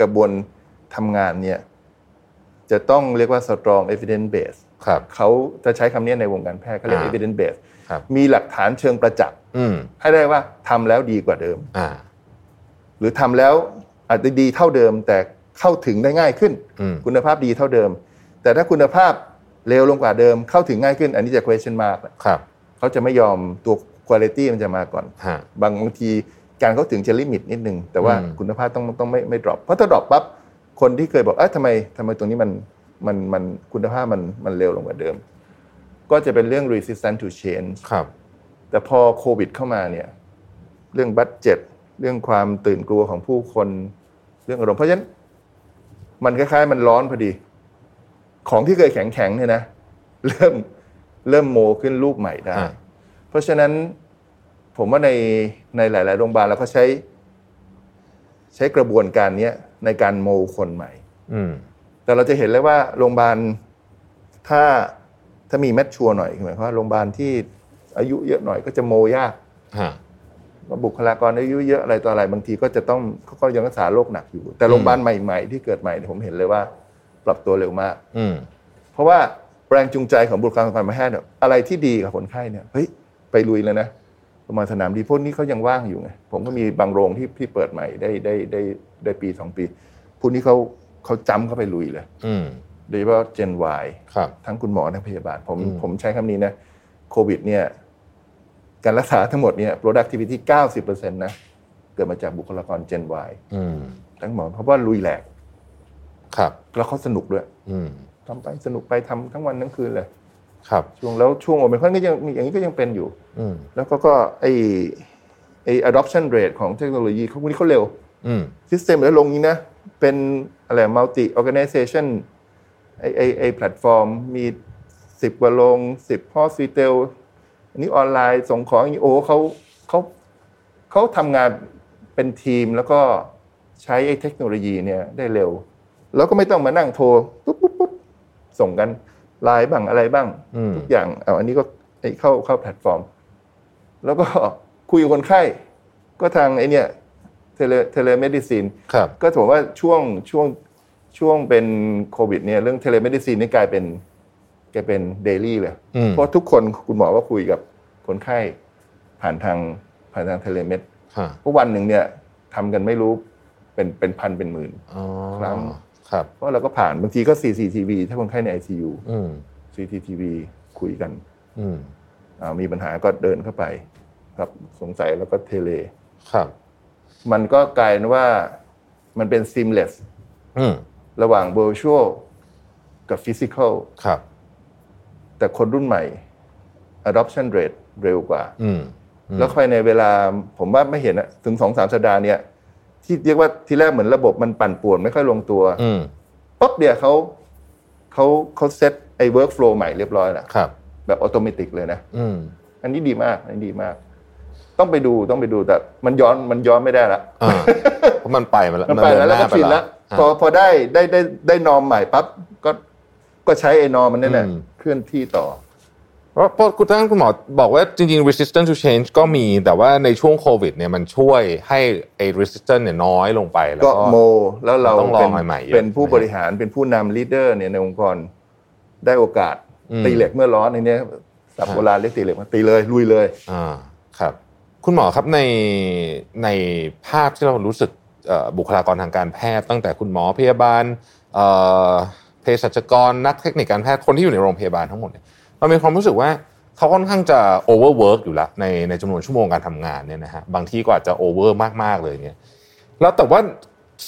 Speaker 4: กระบวนทำงานเนี่ยจะต้องเรียกว่า strong evidence base
Speaker 2: ครับ
Speaker 4: เขาจะใช้คำนี้ในวงการแพทย์เขาเรียก
Speaker 2: อ่า
Speaker 4: evidence base
Speaker 2: ครับ
Speaker 4: มีหลักฐานเชิงประจักษ์
Speaker 2: อืม
Speaker 4: ให้ได้ว่าทำแล้วดีกว่าเดิม
Speaker 2: อ่า
Speaker 4: หรือทำแล้วอาจจะดีเท่าเดิม แต่เข้าถึงได้ง่ายขึ้น
Speaker 2: อืม
Speaker 4: คุณภาพดีเท่าเดิม แต่ถ้าคุณภาพเลวลงกว่าเดิม เข้าถึงง่ายขึ้น อันนี้จะ question mark แหละ
Speaker 2: ครับ
Speaker 4: เขาจะไม่ยอมตัว quality มันจะมาก่อน
Speaker 2: ฮะ
Speaker 4: บางบางทีการเข้าถึงจะลิมิตนิดนึง แต่ว่า
Speaker 2: อืม
Speaker 4: คุณภาพต้องต้องไม่ไม่ดรอปเพราะถ้าดรอปปั๊บคนที่เคยบอกเอ้ยทำไมทำไมตรงนี้มันมันมันคุณภาพมันมันเร็วลงกว่าเดิม ก็จะเป็นเรื่อง resistance to change
Speaker 2: ครับ
Speaker 4: แต่พอโควิดเข้ามาเนี่ย เรื่องบัตเจ็ตเรื่องความตื่นกลัวของผู้คนเรื่องอารมณ์เพราะฉะนั้น มันคล้ายๆ มันร้อนพอดี ของที่เคยแข็งๆเนี่ยนะ เริ่มเริ่มโมขึ้นรูปใหม่ได้
Speaker 2: อ่า
Speaker 4: เพราะฉะนั้นผมว่าในในหลาย ๆ โรงพยาบาลเราก็ใช้ ใช้กระบวนการเนี้ยในการโมคนใหม่
Speaker 2: อืม
Speaker 4: แต่เราจะเห็นเลยว่าโรงพยาบาลถ้าถ้ามีแมทชัวร์หน่อยคือหมายความว่าโรงพยาบาลที่อายุเยอะหน่อยก็จะโมยาก
Speaker 2: ฮะ
Speaker 4: ว่าบุคลากรอายุเยอะอะไรต่ออะไรบางทีก็จะต้องเขาก็ยังรักษาโรคหนักอยู่ แต่โรงพยาบาลใหม่ ๆ ที่เกิดใหม่เนี่ยผมเห็นเลยว่า ปรับตัวเร็วมาก
Speaker 2: อืม
Speaker 4: เพราะว่าแรงจูงใจของบุคลากรทางการแพทย์เนี่ยอะไรที่ดีกับคนไข้เนี่ยเฮ้ยไปลุยเลยนะโรงพยาบาลสนามดีพวกนี้เขายังว่างอยู่ไงผมก็มีบางโรงที่ที่เปิดใหม่ได้ได้ได้ได้ปีสองปีพวกนี้เขาเขาจำเข้าไปลุยเลย
Speaker 2: อืม
Speaker 4: โดยเฉพาะ Gen Y
Speaker 2: ครับ
Speaker 4: ทั้งคุณหมอทั้งพยาบาลผม
Speaker 2: อืม
Speaker 4: ผมใช้คำนี้นะโควิดเนี่ยการรักษาทั้งหมดเนี่ย productivity 90%นะเกิดมาจากบุคลากร Gen Y
Speaker 2: อืม
Speaker 4: ทั้งหมอเพราะว่าลุยแหลก
Speaker 2: ครับ
Speaker 4: แล้วเขาสนุกด้วย
Speaker 2: อืม
Speaker 4: ทำไปสนุกไปทำทั้งวันทั้งคืนเลย
Speaker 2: ครับ
Speaker 4: ช่วงแล้วช่วงโอเมก้าก็ยังอย่างนี้ก็ยังเป็นอยู่
Speaker 2: อืม
Speaker 4: แล้วก็ก็ไอไอ adoption rate ของเทคโนโลยีเขาพวกนี้เขาเร็ว
Speaker 2: อืม
Speaker 4: system แล้วลงนี้นะ เป็นอะไร multi organization ไอไอไอแพลตฟอร์มมีสิบกว่าลงสิบ hospital อันนี้ออนไลน์ส่งของอย่างนี้โอ้เขาเขาเขาทำงานเป็นทีมแล้วก็ใช้ไอ้เทคโนโลยีเนี่ยได้เร็ว แล้วก็ไม่ต้องมานั่งโทรปุ๊บปุ๊บปุ๊บส่งกันไลน์บ้างอะไรบ้าง
Speaker 2: อืม
Speaker 4: ทุกอย่างเอาอันนี้ก็ไอ้เข้าเข้าแพลตฟอร์ม แล้วก็ คุยกับคนไข้ ก็ทางไอ้เนี่ยเทเลเทเลเมดิซิน
Speaker 2: ครับ
Speaker 4: ก็ถือว่าช่วงช่วงช่วงเป็นโควิดเนี่ยเรื่องเทเลเมดิซินนี่กลายเป็นกลายเป็นเดลี่เลย
Speaker 2: อืม
Speaker 4: เพราะทุกคนคุณหมอก็คุยกับคนไข้ผ่านทางผ่านทางเทเลเมด
Speaker 2: ฮะ
Speaker 4: เพราะวันหนึ่งเนี่ยทำกันไม่รู้เป็นเป็นพันเป็นหมื่น
Speaker 2: อ๋อ
Speaker 4: ครับ
Speaker 2: ครับ
Speaker 4: เพราะเราก็ผ่านบางทีก็ CCTV ถ้าคนไข้ใน ICU
Speaker 2: อืม
Speaker 4: CCTV คุยกัน
Speaker 2: อืม
Speaker 4: อ่ามีปัญหาก็เดินเข้าไป ครับสงสัยแล้วก็เทเล
Speaker 2: ครับ
Speaker 4: มันก็กลายเป็นว่ามันเป็น seamless
Speaker 2: อืม
Speaker 4: ระหว่าง virtual กับ physical
Speaker 2: ครับ
Speaker 4: แต่คนรุ่นใหม่ adoption rate เร็วกว่า
Speaker 2: อืม
Speaker 4: แล้วค่อยในเวลาผมว่าไม่เห็นอะถึงสองสามสัปดาห์เนี่ย ที่เรียกว่าทีแรกเหมือนระบบมันปั่นป่วนไม่ค่อยลงตัว
Speaker 2: อืม
Speaker 4: ปั๊บเดียวเขาเขาเขาเซตไอ้ workflow ใหม่เรียบร้อยแล้ว
Speaker 2: ครับ
Speaker 4: แบบออโตเมติกเลยนะ
Speaker 2: อืม
Speaker 4: อันนี้ดีมาก อันนี้ดีมาก ต้องไปดูต้องไปดูแต่มันย้อนมันย้อนไม่ได้ละ
Speaker 2: อ่า
Speaker 4: *laughs*
Speaker 2: เพราะมันไปมาแล้ว
Speaker 4: มันไปแล้วแล้วก็
Speaker 2: เดิ
Speaker 4: ชิน
Speaker 2: หา
Speaker 4: แล้ว
Speaker 2: อ่ะ
Speaker 4: พอพอได้ได้ได้ได้นอมใหม่ปั๊บก็ก็ใช้ไอ้นอมมันนี่แหละ
Speaker 2: อืม
Speaker 4: เคลื่อนที่ต่อ
Speaker 2: เพราะเพราะคุณท่านคุณหมอบอกว่าจริงๆ resistance to change ก็มีแต่ว่าในช่วงโควิดเนี่ยมันช่วยให้ไอ้ resistance เนี่ยน้อยลงไปแล้ว
Speaker 4: ก็
Speaker 2: ก็
Speaker 4: โม แล้วเรา
Speaker 2: ต้องลอง
Speaker 4: เป็น
Speaker 2: ใหม่ๆเยอะ
Speaker 4: เป็นผู้
Speaker 2: ใช่ไหม
Speaker 4: บริหารเป็นผู้นำลีดเดอร์เนี่ยในองค์กรได้โอกาส
Speaker 2: อืม
Speaker 4: ตีเหล็กเมื่อร้อนในเนี้ยสับ
Speaker 2: ครับ
Speaker 4: โบราณเรียกตีเหล็กมาตีเลยลุยเลย
Speaker 2: อ่าครับ คุณหมอครับในในภาพที่เรารู้สึกเอ่อบุคลากรทางการแพทย์ ตั้งแต่คุณหมอพยาบาลเอ่อเภสัชกรนักเทคนิคการแพทย์คนที่อยู่ในโรงพยาบาลทั้งหมดเนี่ยเรามีความรู้สึกว่าเขาค่อนข้างจะ overwork อยู่ละในในจำนวนชั่วโมงการทำงานเนี่ยนะฮะบางที่ก็อาจจะ over มากๆเลยเนี่ย แล้วแต่ว่า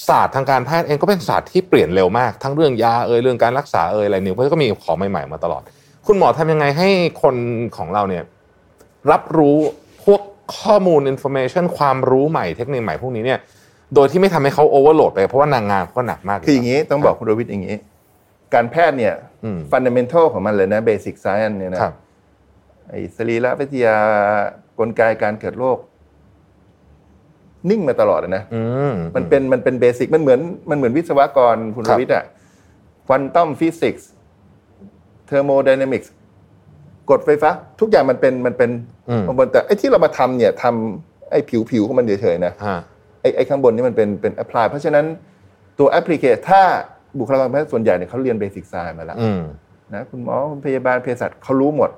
Speaker 2: ศาสตร์ทางการแพทย์เองก็เป็นศาสตร์ที่เปลี่ยนเร็วมาก ทั้งเรื่องยาเอยเรื่องการรักษาเอยอะไรเนี่ยเพราะก็มีของใหม่ๆมาตลอด คุณหมอทำยังไงให้คนของเราเนี่ย รับรู้พวกข้อมูล information ความรู้ใหม่เทคนิคใหม่พวกนี้เนี่ย โดยที่ไม่ทำให้เขาโอเวอร์โหลดไป เพราะว่านางงานเขาก็หนักมาก
Speaker 4: คืออย่าง
Speaker 2: นี้
Speaker 4: นี้ต้องบอกคุณรวิทย์อย่างนี้ การแพทย์เนี่ย
Speaker 2: อืม
Speaker 4: ฟันเดเมนทัลของมันเลยนะเบสิกไซน์เนี่ยนะ
Speaker 2: ครับ
Speaker 4: ไอ้สรีระวิทยากลไกการเกิดโรคนิ่งมาตลอดอะนะ
Speaker 2: อืม
Speaker 4: มันเป็นมันเป็นเบสิกมันเหมือนมันเหมือนวิศวกรคุณ
Speaker 2: ค
Speaker 4: ร
Speaker 2: รับ
Speaker 4: วิทย์อะควอนตัมฟิสิกส์เทอร์โมไดนามิกส์กฎไฟฟ้า ทุกอย่างมันเป็นมันเป็นข้างบนแต่ไอ้ที่เรามาทำเนี่ยทำไอ้ผิวผิวของมันเฉยๆนะ
Speaker 2: ฮะ
Speaker 4: ไอ้ไอ้ข้างบนนี่มันเป็นเป็นแอพพลายเพราะฉะนั้นตัวแอปพลิเคชันถ้าบุคลากรแพทย์ส่วนใหญ่เนี่ยเขาเรียนเบสิกไซน์มาแล้ว
Speaker 2: อืม
Speaker 4: นะคุณหมอคุณพยาบาลเภสัชเขารู้หมด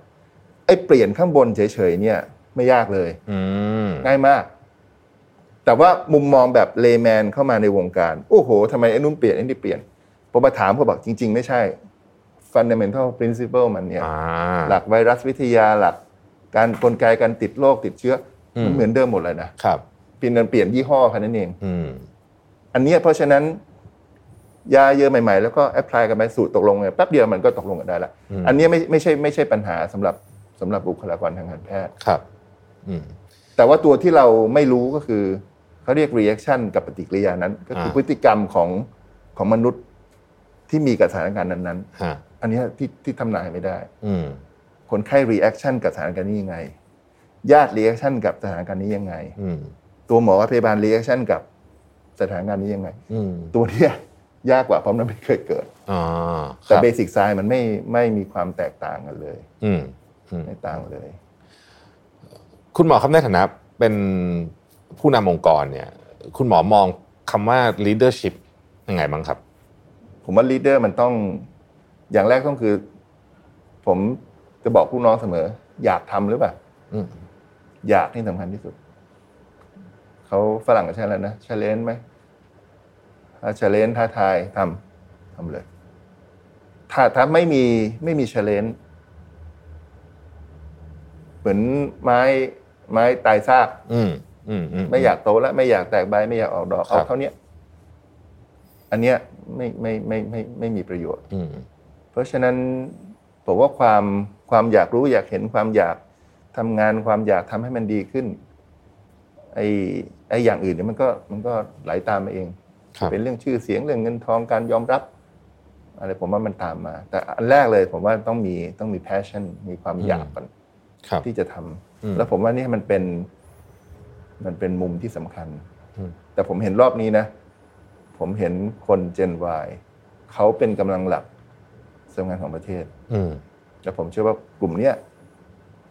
Speaker 4: ไอ้เปลี่ยนข้างบนเฉยๆเนี่ยไม่ยากเลย
Speaker 2: อืม
Speaker 4: ง่ายมาก แต่ว่ามุมมองแบบเลแมนเข้ามาในวงการ โอ้โหทำไมไอ้นุ่นเปลี่ยนไอ้นี่เปลี่ยนผมมาถามเขาบอกจริง ๆ ไม่ใช่ fundamental principle มันเนี่ย
Speaker 2: อ่า
Speaker 4: หลักไวรัสวิทยาหลัก การกลไกการติดโรคติดเชื้ออ
Speaker 2: ม
Speaker 4: มันเหมือนเดิมหมดเลยนะครับ เปลี่ยนกันเปลี่ยนยี่ห้อแค่นั้นเอง
Speaker 2: อืม
Speaker 4: อันเนี้ยเพราะฉะนั้น ยาเยอะใหม่ ๆ แล้วก็แอพพลายกันไปสูตรตกลงไงแป๊บเดียวมันก็ตกลงกันได้ละ
Speaker 2: อืม
Speaker 4: อันเนี้ยไม่ไม่ใช่ไม่ใช่ปัญหาสำหรับสำหรับบุคลากรทางการแพทย์
Speaker 2: ครับ อืม
Speaker 4: แต่ว่าตัวที่เราไม่รู้ก็คือเขาเรียก reaction กับปฏิกิริยานั้น ก็คือ
Speaker 2: อ่า
Speaker 4: พฤติกรรมของของมนุษย์ที่มีกับสถานการณ์นั้น
Speaker 2: ฮะ
Speaker 4: ๆ อันเนี้ยที่ที่ทำนายไม่ได้
Speaker 2: อืม
Speaker 4: คนไข้ reaction กับสถานการณ์นี้ยังไง ญาติ reaction กับสถานการณ์นี้ยังไง
Speaker 2: อืม
Speaker 4: ตัวหมอพยาบาล reaction กับสถานการณ์นี้ยังไง
Speaker 2: อืม
Speaker 4: ตัวเนี้ยยากกว่าเพราะมันไม่เคยเกิด
Speaker 2: อ่าค
Speaker 4: แต่
Speaker 2: รับ
Speaker 4: เบสิกไซน์มันไม่ไม่มีความแตกต่างกันเลย
Speaker 2: อืมอืม
Speaker 4: ไม่ต่างเลย
Speaker 2: คุณหมอครับในฐานะเป็นผู้นำองค์กรเนี่ย คุณหมอมองคำว่า leadership ยังไงบ้างครับ
Speaker 4: ผมว่าลีดเดอร์มันต้อง อย่างแรกต้องคือ ผมจะบอกลูกน้องเสมอ อยากทำหรือเปล่า
Speaker 2: อืม
Speaker 4: อยากนี่สำคัญที่สุด เขาฝรั่งก็ใช่แล้วนะชาเลนไหมถ้าชาเลนท้าทายทำทำเลย ถ้าถ้าไม่มีไม่มีชาเลนเหมือนไม้ไม้ตายซาก
Speaker 2: อืมอืมอืม
Speaker 4: ไม่อยากโตแล้วไม่อยากแตกใบไม่อยากออกดอก
Speaker 2: ครับ
Speaker 4: เอาเท่าเนี้ยอันเนี้ยไม่ไม่ไม่ไมไม่ไม่มีประโยชน์
Speaker 2: อืม
Speaker 4: เพราะฉะนั้นผมว่าความความอยากรู้อยากเห็นความอยากทำงานความอยากทำให้มันดีขึ้นไอ้ไอ้อย่างอื่นเนี่ยมันก็มันก็ไหลตามมาเอง
Speaker 2: ครับ
Speaker 4: เป็นเรื่องชื่อเสียงเรื่องเงินทองการยอมรับ อะไรผมว่ามันตามมา แต่อันแรกเลยผมว่าต้องมีต้องมี passion มีความอยากก่อน
Speaker 2: ครับ
Speaker 4: ที่จะทำ
Speaker 2: อืม
Speaker 4: แล้วผมว่านี่มันเป็น มันเป็นมุมที่สำคัญ
Speaker 2: อืม
Speaker 4: แต่ผมเห็นรอบนี้นะ ผมเห็นคนเจน Y เขาเป็นกำลังหลักสำคัญของประเทศ
Speaker 2: อืม
Speaker 4: แต่ผมเชื่อว่ากลุ่มเนี้ย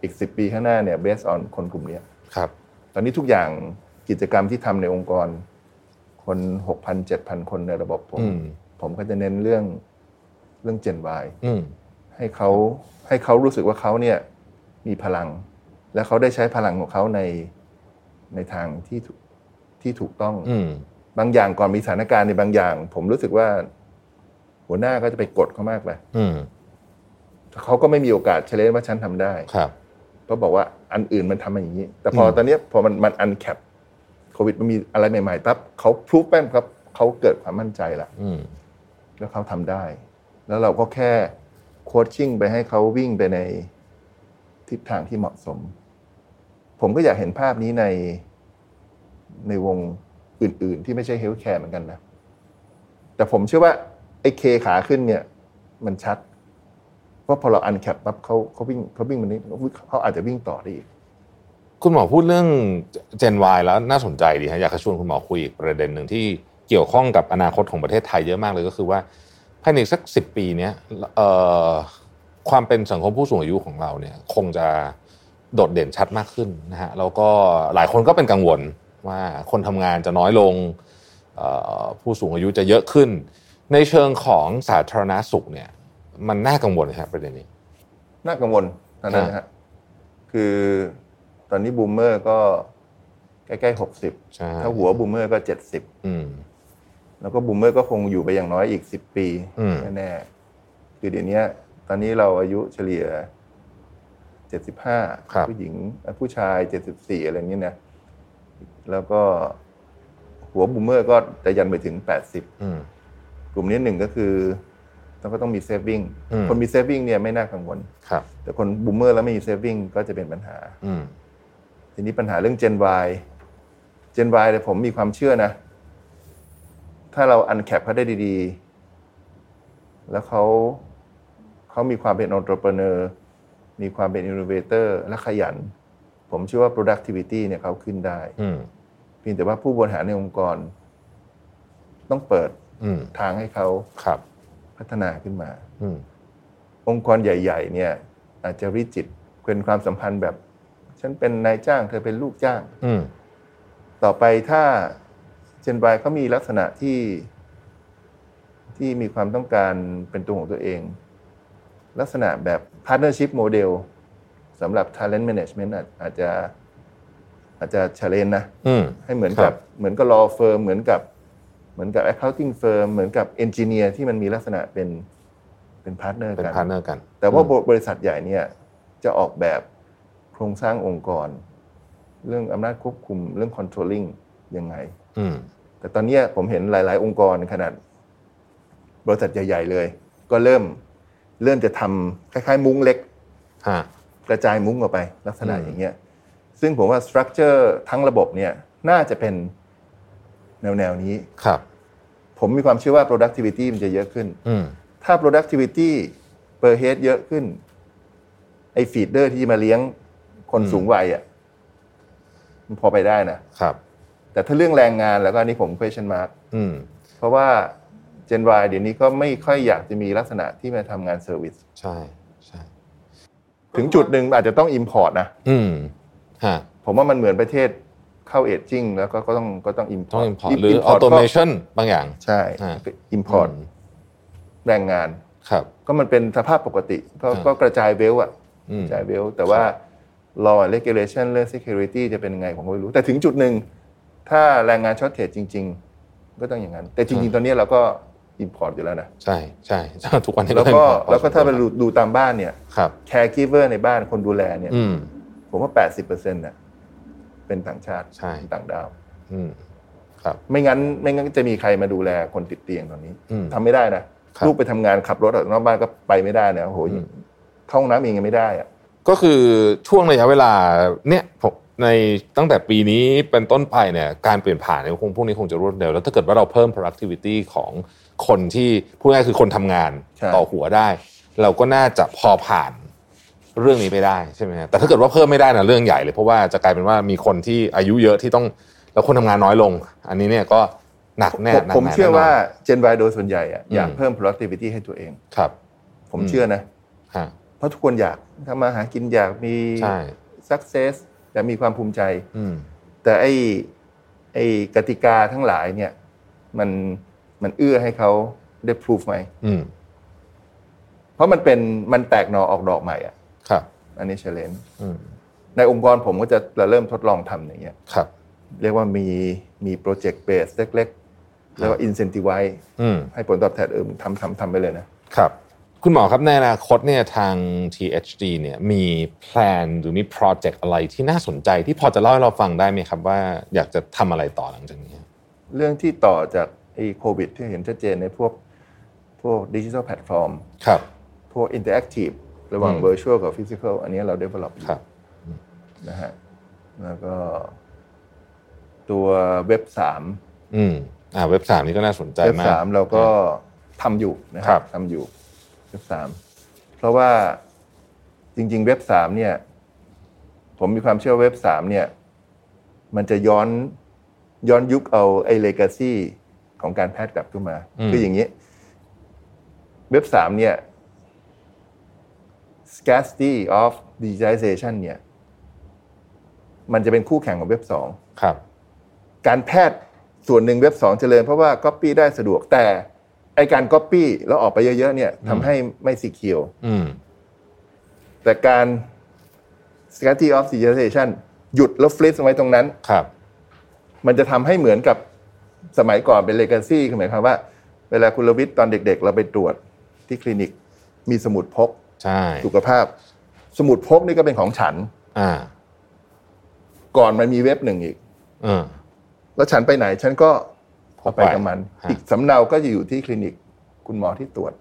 Speaker 4: อีกสิบปีข้างหน้าเนี่ย based on คนกลุ่มเนี้ย
Speaker 2: ครับ
Speaker 4: ตอนนี้ทุกอย่างกิจกรรมที่ทำในองค์กร คนหกพันเจ็ดพันคนในระบบผม
Speaker 2: อืม
Speaker 4: ผมก็จะเน้นเรื่องเรื่อง Gen Y
Speaker 2: อืม
Speaker 4: ให้เขาให้เขารู้สึกว่าเขาเนี่ยมีพลัง และเขาได้ใช้พลังของเขาในในทางที่ถูกที่ถูกต้อง
Speaker 2: อืม
Speaker 4: บางอย่างก่อนมีสถานการณ์ในบางอย่าง ผมรู้สึกว่า หัวหน้าก็จะไปกดเขามากไป
Speaker 2: อืม
Speaker 4: เขาก็ไม่มีโอกาสเฉลยว่าฉันทำได้
Speaker 2: ครับ
Speaker 4: เพราะบอกว่าอันอื่นมันทำมาอย่างนี้ แต่พออ
Speaker 2: ม
Speaker 4: ตอนเนี้ยพอมันมันอันแคปโควิดมันมีอะไรใหม่ๆปั๊บเขาพรูฟแป้นครับเขาเกิดความมั่นใจละ
Speaker 2: อืม
Speaker 4: แล้วเขาทำได้ แล้วเราก็แค่โคชชิ่งไปให้เขาวิ่งไปในทิศทางที่เหมาะสม ผมก็อยากเห็นภาพนี้ในในวงอื่นๆ ที่ไม่ใช่เฮลท์แคร์เหมือนกันนะ แต่ผมเชื่อว่าไอ้เคขาขึ้นเนี่ย มันชัดว่าพอเราอันแคปปั๊บเขาเขาวิ่งเขาวิ่งมันนี้เขาอาจจะวิ่งต่อได้อีก
Speaker 2: คุณหมอพูดเรื่อง Gen Y แล้วน่าสนใจดีฮะอยากจะชวนคุณหมอคุยอีกประเด็นหนึ่งที่เกี่ยวข้องกับอนาคตของประเทศไทยเยอะมากเลยก็คือว่าภายในสักสิบปีเนี้ยเอ่อความเป็นสังคมผู้สูงอายุของเราเนี่ยคงจะโดดเด่นชัดมากขึ้นนะฮะแล้วก็หลายคนก็เป็นกังวลว่าคนทำงานจะน้อยลงเอ่อผู้สูงอายุจะเยอะขึ้น ในเชิงของสาธารณสุขเนี่ยมันน่ากังวลนะครับประเด็นนี้
Speaker 4: น่ากังวลตอนนั้นนะฮะคือตอนนี้บูมเมอร์ก็ใกล้ๆหกสิบ
Speaker 2: ใช่
Speaker 4: ถ้าหัวบูมเมอร์ก็เจ็ดสิบ
Speaker 2: อืม
Speaker 4: แล้วก็บูมเมอร์ก็คงอยู่ไปอย่างน้อยอีกสิบปี
Speaker 2: อืม
Speaker 4: แน่ๆคือเดี๋ยวเนี้ย ตอนนี้เราอายุเฉลี่ยเจ็ดสิบห้า
Speaker 2: ครับ
Speaker 4: ผู้หญิงเอ่อผู้ชายเจ็ดสิบสี่อะไรอย่างนี้นะแล้วก็หัวบูมเมอร์ก็จะยันไปถึงแปดสิบ
Speaker 2: อืม
Speaker 4: กลุ่มนี้หนึ่งก็คือต้องก็ต้องมีเซฟวิ่ง
Speaker 2: อืม
Speaker 4: คนมีเซฟวิ่งเนี่ยไม่น่ากังวล
Speaker 2: ครับ
Speaker 4: แต่คนบูมเมอร์แล้วไม่มีเซฟวิ่งก็จะเป็นปัญหา
Speaker 2: อืม
Speaker 4: ทีนี้ปัญหาเรื่อง Gen Y Gen Y เนี่ยผมมีความเชื่อนะ ถ้าเราอันแคปเขาได้ดีๆ แล้วเขาเขามีความเป็น entrepreneur มีความเป็น innovator และขยัน ผมเชื่อว่า productivity เนี่ยเขาขึ้นได้
Speaker 2: อืม
Speaker 4: เพียงแต่ว่าผู้บริหารในองค์กร ต้องเปิด
Speaker 2: อืม
Speaker 4: ทางให้เขา
Speaker 2: ครับ
Speaker 4: พัฒนาขึ้นมา
Speaker 2: อืม
Speaker 4: องค์กรใหญ่ ๆ เนี่ย อาจจะริจิตเป็นความสัมพันธ์แบบ ฉันเป็นนายจ้าง เธอเป็นลูกจ้าง
Speaker 2: อืม
Speaker 4: ต่อไปถ้าเจนวายเขามีลักษณะที่ที่มีความต้องการเป็นตัวของตัวเอง ลักษณะแบบ partnership model สำหรับ talent management อาจอาจจะอาจจะ challenge นะ
Speaker 2: อืม
Speaker 4: ให้เหมือน
Speaker 2: ครั
Speaker 4: กับบ เหมือนกับ law firm เหมือนกับเหมือนกับ accounting firm เหมือนกับ engineer ที่มันมีลักษณะเป็นเป็น partner
Speaker 2: เป็น
Speaker 4: กัน
Speaker 2: พาร์ทเนอร์กัน
Speaker 4: แต่ว่า
Speaker 2: อืม
Speaker 4: บริษัทใหญ่เนี่ยจะออกแบบโครงสร้างองค์กร เรื่องอำนาจควบคุมเรื่อง controlling ยังไง
Speaker 2: อืม
Speaker 4: แต่ตอนเนี้ยผมเห็นหลาย ๆ องค์กรขนาด บริษัทใหญ่ ๆ เลย ก็เริ่มเริ่มจะทำคล้าย ๆ มุ้งเล็ก
Speaker 2: ฮะ
Speaker 4: กระจายมุ้งออกไป ลักษณะ
Speaker 2: อืม
Speaker 4: อย่างเงี้ยซึ่งผมว่าสตรัคเจอร์ทั้งระบบเนี่ยน่าจะเป็นแนวแนวๆนี้
Speaker 2: ครับ
Speaker 4: ผมมีความเชื่อว่า productivity มันจะเยอะขึ้น
Speaker 2: อืม
Speaker 4: ถ้า productivity per head เยอะขึ้น ไอ้ฟีดเดอร์ที่จะมาเลี้ยงคน
Speaker 2: อืม
Speaker 4: สูงวัยอ่ะมันพอไปได้นะ
Speaker 2: ครับ
Speaker 4: แต่ถ้าเรื่องแรงงานแล้วก็อันนี้ผม question mark
Speaker 2: อืม
Speaker 4: เพราะว่า Gen Y เดี๋ยวนี้ก็ไม่ค่อยอยากจะมีลักษณะที่มาทำงานเซอร์วิส
Speaker 2: ใช่ใช่
Speaker 4: ถึงจุดหนึ่งอาจจะต้อง import นะ
Speaker 2: อืม ฮะ
Speaker 4: ผมว่ามันเหมือนประเทศเข้าเอจจิ้งแล้วก็ก็ต้องก็ต้อง import
Speaker 2: ต้อง import
Speaker 4: ที่
Speaker 2: หรือ
Speaker 4: import ก็
Speaker 2: automation บางอย่าง
Speaker 4: ใช่
Speaker 2: อ่า
Speaker 4: import
Speaker 2: ม
Speaker 4: แรงงาน
Speaker 2: ครับ
Speaker 4: ก็มันเป็นสภาพปกติก็
Speaker 2: ครับ
Speaker 4: ก็กระจายเวลอะ
Speaker 2: อืม
Speaker 4: กระจายเวลแต่ว่า law and regulation เรื่อง security จะเป็นยังไงผมก็ไม่รู้ แต่ถึงจุดหนึ่ง ถ้าแรงงานช็อตเทรดจริง ๆ ก็ต้องอย่างนั้น แต่จริง ๆ ตอนนี้เราก็ import อยู่แล้วนะ
Speaker 2: ใช่ใช่ใช่ *laughs* ทุกวันนี้
Speaker 4: แล้ว
Speaker 2: ยัง
Speaker 4: ก็
Speaker 2: พอ
Speaker 4: แล้วก็ถ้าไป
Speaker 2: พอสมควร
Speaker 4: ดูดูตามบ้านเนี่ย
Speaker 2: ครับ
Speaker 4: caregiver ในบ้านคนดูแลเนี่ย
Speaker 2: อืม
Speaker 4: ผมว่า 80%เนี่ยเป็นต่างชาติ
Speaker 2: ใช่
Speaker 4: ต่างดาว
Speaker 2: อืมครับ
Speaker 4: ไม่งั้นไม่งั้นจะมีใครมาดูแลคนติดเตียงตอนนี้
Speaker 2: อืม
Speaker 4: ทำไม่ได้นะครับ ลูกไปทำงานขับรถออกนอกบ้านก็ไปไม่ได้นะโอ้โห
Speaker 2: อืม
Speaker 4: เข้าห้องน้ำเองยังไม่ได้อะ
Speaker 2: ก็คือช่วงระยะเวลาเนี่ยผมในตั้งแต่ปีนี้เป็นต้นไปเนี่ยการเปลี่ยนผ่านเนี่ยคงพวกนี้คงจะรวดเร็วแล้วถ้าเกิดว่าเราเพิ่ม productivity ของคนที่พูดง่ายๆคือคนทำงานต่อหัวได้ เราก็น่าจะพอผ่านเรื่องนี้ไปได้ใช่ไหมฮะแต่ถ้าเกิดว่าเพิ่มไม่ได้นะเรื่องใหญ่เลยเพราะว่าจะกลายเป็นว่ามีคนที่อายุเยอะที่ต้องแล้วคนทำงานน้อยลง อันนี้เนี่ยก็หนักแน่
Speaker 4: ผม
Speaker 2: หนักแน่
Speaker 4: ผมเชื่อว่า
Speaker 2: แน่นน
Speaker 4: เจนวายโดยส่วนใหญ่อะ
Speaker 2: อืม
Speaker 4: อยากเพิ่ม productivity ให้ตัวเอง
Speaker 2: ครับ
Speaker 4: ผม
Speaker 2: อืม
Speaker 4: เชื่อนะ
Speaker 2: ฮะ
Speaker 4: เพราะทุกคนอยากทำมาหากินอยากมี
Speaker 2: ใช่
Speaker 4: success อยากมีความภูมิใจ
Speaker 2: อืม
Speaker 4: แต่ไอ้ไอ้กติกาทั้งหลายเนี่ย มันมันเอื้อให้เขาได้พิสูจไหม
Speaker 2: อืม
Speaker 4: เพราะมันเป็นมันแตกหน่อออกดอกใหม่อ่ะ
Speaker 2: ครับ
Speaker 4: อันนี้เชลเลน
Speaker 2: อืม
Speaker 4: ในองค์กรผมก็จะเริ่มทดลองทำอย่างเงี้ย
Speaker 2: ครับ
Speaker 4: เรียกว่ามีมีโปรเจกต์เบสเล็กๆ แล้วก็อินเซน i ิไว
Speaker 2: อืม
Speaker 4: ให้ผลตอบแทนเออมึงทำทำทำไปเลยนะ
Speaker 2: ครับ คุณหมอครับในอนาคตเนี่ยทาง THD เนี่ยมีแพลนหรือมีโปรเจกต์อะไรที่น่าสนใจที่พอจะเล่าให้เราฟังได้ไหมครับว่าอยากจะทำอะไรต่อหลังจากนี้
Speaker 4: เรื่องที่ต่อจากไอ้โควิดที่เห็นชัดเจนในพวกพวกดิจิทัลแพลตฟอร์ม
Speaker 2: ครับ
Speaker 4: พวกอินเตอร์แอคทีฟระหว่าง
Speaker 2: อืม
Speaker 4: เวอร์ชวลกับฟิสิกอลอันนี้เรา develop อยู่
Speaker 2: ครับ
Speaker 4: นะฮะแล้วก็ตัวเว็บสาม
Speaker 2: อืมอ่าเว็บสามนี่ก็น่าสนใจ
Speaker 4: เว็บ
Speaker 2: มาก
Speaker 4: สามเราก็ทำอยู่นะค
Speaker 2: ครั
Speaker 4: รับบ ทำอยู่เว็บสามเพราะว่าจริง ๆ เว็บสามเนี่ย ผมมีความเชื่อว่าเว็บสามเนี่ย มันจะย้อนย้อนยุคเอาไอ้เลกาซีของการแพทย์กลับขึ้นมา คืออย่างนี้ เว็บสามเนี่ย scarcity of digitalization เนี่ย มันจะเป็นคู่แข่งของเว็บสอง
Speaker 2: ครับ
Speaker 4: การแพทย์ส่วนหนึ่งเว็บสองเจริญเพราะว่าก๊อปปี้ได้สะดวกแต่ไอการก๊อปปี้แล้วออกไปเยอะ ๆ เนี่ยทำให้ไม่สีเขียว
Speaker 2: อืม
Speaker 4: แต่การ scarcity of digitalization หยุดแล้วฟลิปไว้ตรงนั้น
Speaker 2: ครับ
Speaker 4: มันจะทำให้เหมือนกับสมัยก่อนเป็นเลกาซีคือหมายความว่า เวลาคุณลวิทย์ตอนเด็ก ๆ เราไปตรวจที่คลินิก มีสมุดพก
Speaker 2: ใช่
Speaker 4: สุขภาพ สมุดพกนี่ก็เป็นของฉัน
Speaker 2: อ่า
Speaker 4: ก่อนมันมีเว็บหนึ่งอีก
Speaker 2: เออ
Speaker 4: แล้วฉันไปไหนฉันก็เอาไป
Speaker 2: พกไป
Speaker 4: กับมัน
Speaker 2: ฮะ
Speaker 4: อีกสำเนาก็จะอยู่ที่คลินิกคุณหมอที่ตรวจ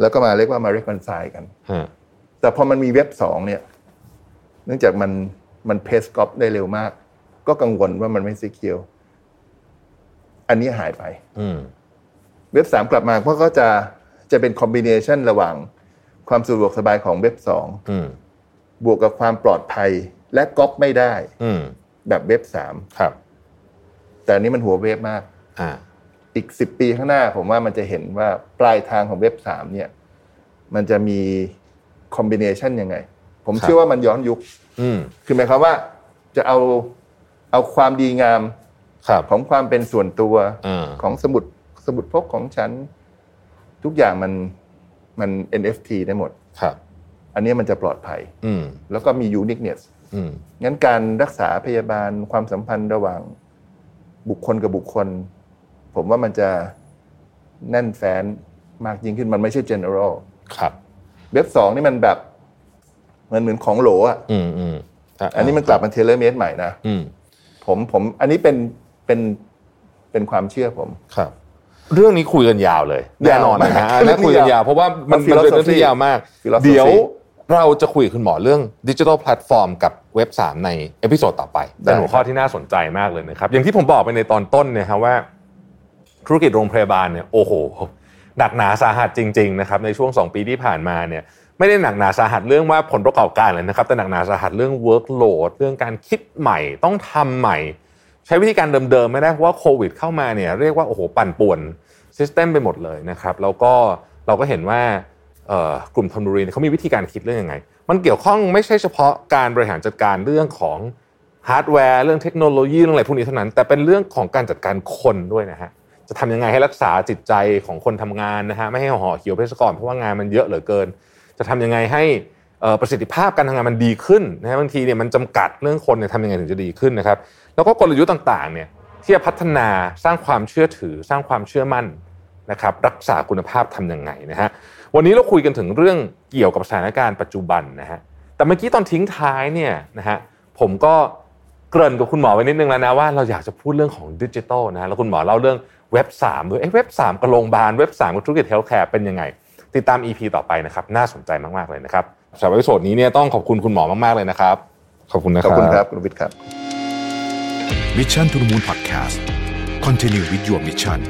Speaker 4: แล้วก็มาเรียกว่ามา reconcile กัน
Speaker 2: ฮะ
Speaker 4: แต่พอมันมีเว็บสองเนี่ย เนื่องจากมันมันเพสกอปได้เร็วมาก ก็กังวลว่ามันไม่ซีเคียว อันนี้หายไป
Speaker 2: อืม
Speaker 4: เว็บสามกลับมาเพราะก็จะจะเป็นคอมบิเนชันระหว่างความสะดวกสบายของเว็บสอง
Speaker 2: อืม
Speaker 4: บวกกับความปลอดภัยและก๊อปไม่ได้
Speaker 2: อืม
Speaker 4: แบบเว็บสาม
Speaker 2: ครับ
Speaker 4: แต่อันนี้มันหัวเว็บมาก
Speaker 2: อ่า
Speaker 4: อีกสิบปีข้างหน้าผมว่ามันจะเห็นว่าปลายทางของเว็บสามเนี่ย มันจะมีคอมบิเนชันยังไง ผม
Speaker 2: ครับ
Speaker 4: เชื่อว่ามันย้อนยุค
Speaker 2: อืม
Speaker 4: คือหมายความว่าจะเอาเอาความดีงาม
Speaker 2: ครับ
Speaker 4: ของความเป็นส่วนตัว
Speaker 2: อ่า
Speaker 4: ของสมุดสมุดพกของฉัน ทุกอย่างมันมัน NFT ได้หมด
Speaker 2: ครับ
Speaker 4: อันนี้มันจะปลอดภัย
Speaker 2: อืม
Speaker 4: แล้วก็มี uniqueness
Speaker 2: อืม
Speaker 4: งั้นการรักษาพยาบาลความสัมพันธ์ระหว่างบุคคลกับบุคคล ผมว่ามันจะแน่นแฟนมากยิ่งขึ้นมันไม่ใช่ general
Speaker 2: ครับ
Speaker 4: เว็บสองนี่มันแบบ มันเหมือนของโหลอ่ะ
Speaker 2: อืมอืมะ
Speaker 4: อันนี้มันกลับมาเทเลเมตใหม่นะ
Speaker 2: อืม
Speaker 4: ผมผมอันนี้เป็นเป็นเป็นความเชื่อผม
Speaker 2: ครับ เรื่องนี้คุยกันยาวเลยแน่นอนนะฮะ
Speaker 4: ยาวมาก
Speaker 2: อันนี้คุยกันยาวเพราะว่ามัน
Speaker 4: มัน
Speaker 2: มันเป็นเรื่อง
Speaker 4: philosophy
Speaker 2: ที่ยาวมาก
Speaker 4: philosophy
Speaker 2: เดี๋ยวเราจะคุยกับคุณหมอเรื่องดิจิทัลแพลตฟอร์มกับเว็บ 3 ในเอพิโซดต่อไป
Speaker 4: ได้
Speaker 2: เป็นหัวข้อที่น่าสนใจมากเลยนะครับ อย่างที่ผมบอกไปในตอนต้นเนยครับว่า ธุรกิจโรงพยาบาลเนี่ยโอ้โหหนักหนาสาหัสจริงๆนะครับในช่วง 2 ปีที่ผ่านมาเนี่ยไม่ได้หนักหนาสาหัสเรื่องว่าผลประกอบการเลยนะครับแต่หนักหนาสาหัสเรื่อง workload เรื่องการคิดใหม่ต้องทำใหม่ ใช้วิธีการเดิมๆ ไม่ได้เพราะว่าโควิดเข้ามาเนี่ยเรียกว่าโอ้โหปั่นป่วนซิสเต็มไปหมดเลยนะครับแล้วก็เราก็เห็นว่าเอ่อกลุ่มธนบุรีเนี่ยเขามีวิธีการคิดเรื่องยังไง มันเกี่ยวข้องไม่ใช่เฉพาะการบริหารจัดการเรื่องของฮาร์ดแวร์เรื่องเทคโนโลยีเรื่องอะไรพวกนี้เท่านั้น แต่เป็นเรื่องของการจัดการคนด้วยนะฮะ จ จะทำยังไงให้รักษาจิตใจของคนทำงานนะฮะไม่ให้ห่อเหี่ยวไปซะก่อนเพราะว่างานมันเยอะเหลือเกิน จะทำยังไงให้เอ่อประสิทธิภาพการทำงานมันดีขึ้นนะฮะบางทีเนี่ยมันจำกัดเรื่องคนเนี่ยทำยังไงถึงจะดีขึ้นนะครับ แล้วก็กลยุทธ์ต่างๆเนี่ยที่จะพัฒนาสร้างความเชื่อถือ สร้างความเชื่อมั่นนะครับ รักษาคุณภาพทำยังไงนะฮะวันนี้เราคุยกันถึงเรื่องเกี่ยวกับสถานการณ์ปัจจุบันนะฮะแต่เมื่อกี้ตอนทิ้งท้ายเนี่ยนะฮะผมก็เกริ่นกับคุณหมอไว้นิดนึงแล้วนะว่าเราอยากจะพูดเรื่องของดิจิทัลนะฮะแล้วคุณหมอเล่าเรื่องเว็บ3ด้วยเอ๊ะเว็บ3กับโรงพยาบาลเว็บ3กับธุรกิจเฮลท์แคร์เป็นยังไง ติดตาม EP ต่อไปนะครับ น่าสนใจมาก ๆ เลยนะครับสำหรับเอพิโซดนี้เนี่ยต้องขอบคุณคุณหมอมาก ๆ เลยนะครับ ขอบคุณนะค
Speaker 4: ขอ
Speaker 2: รั
Speaker 4: บบ คุณครับ คุณวิทย์ครับ
Speaker 1: มิชชั่นทุลมูลพอดแคสต์คอนเทนิววิดีโอมิชชั่น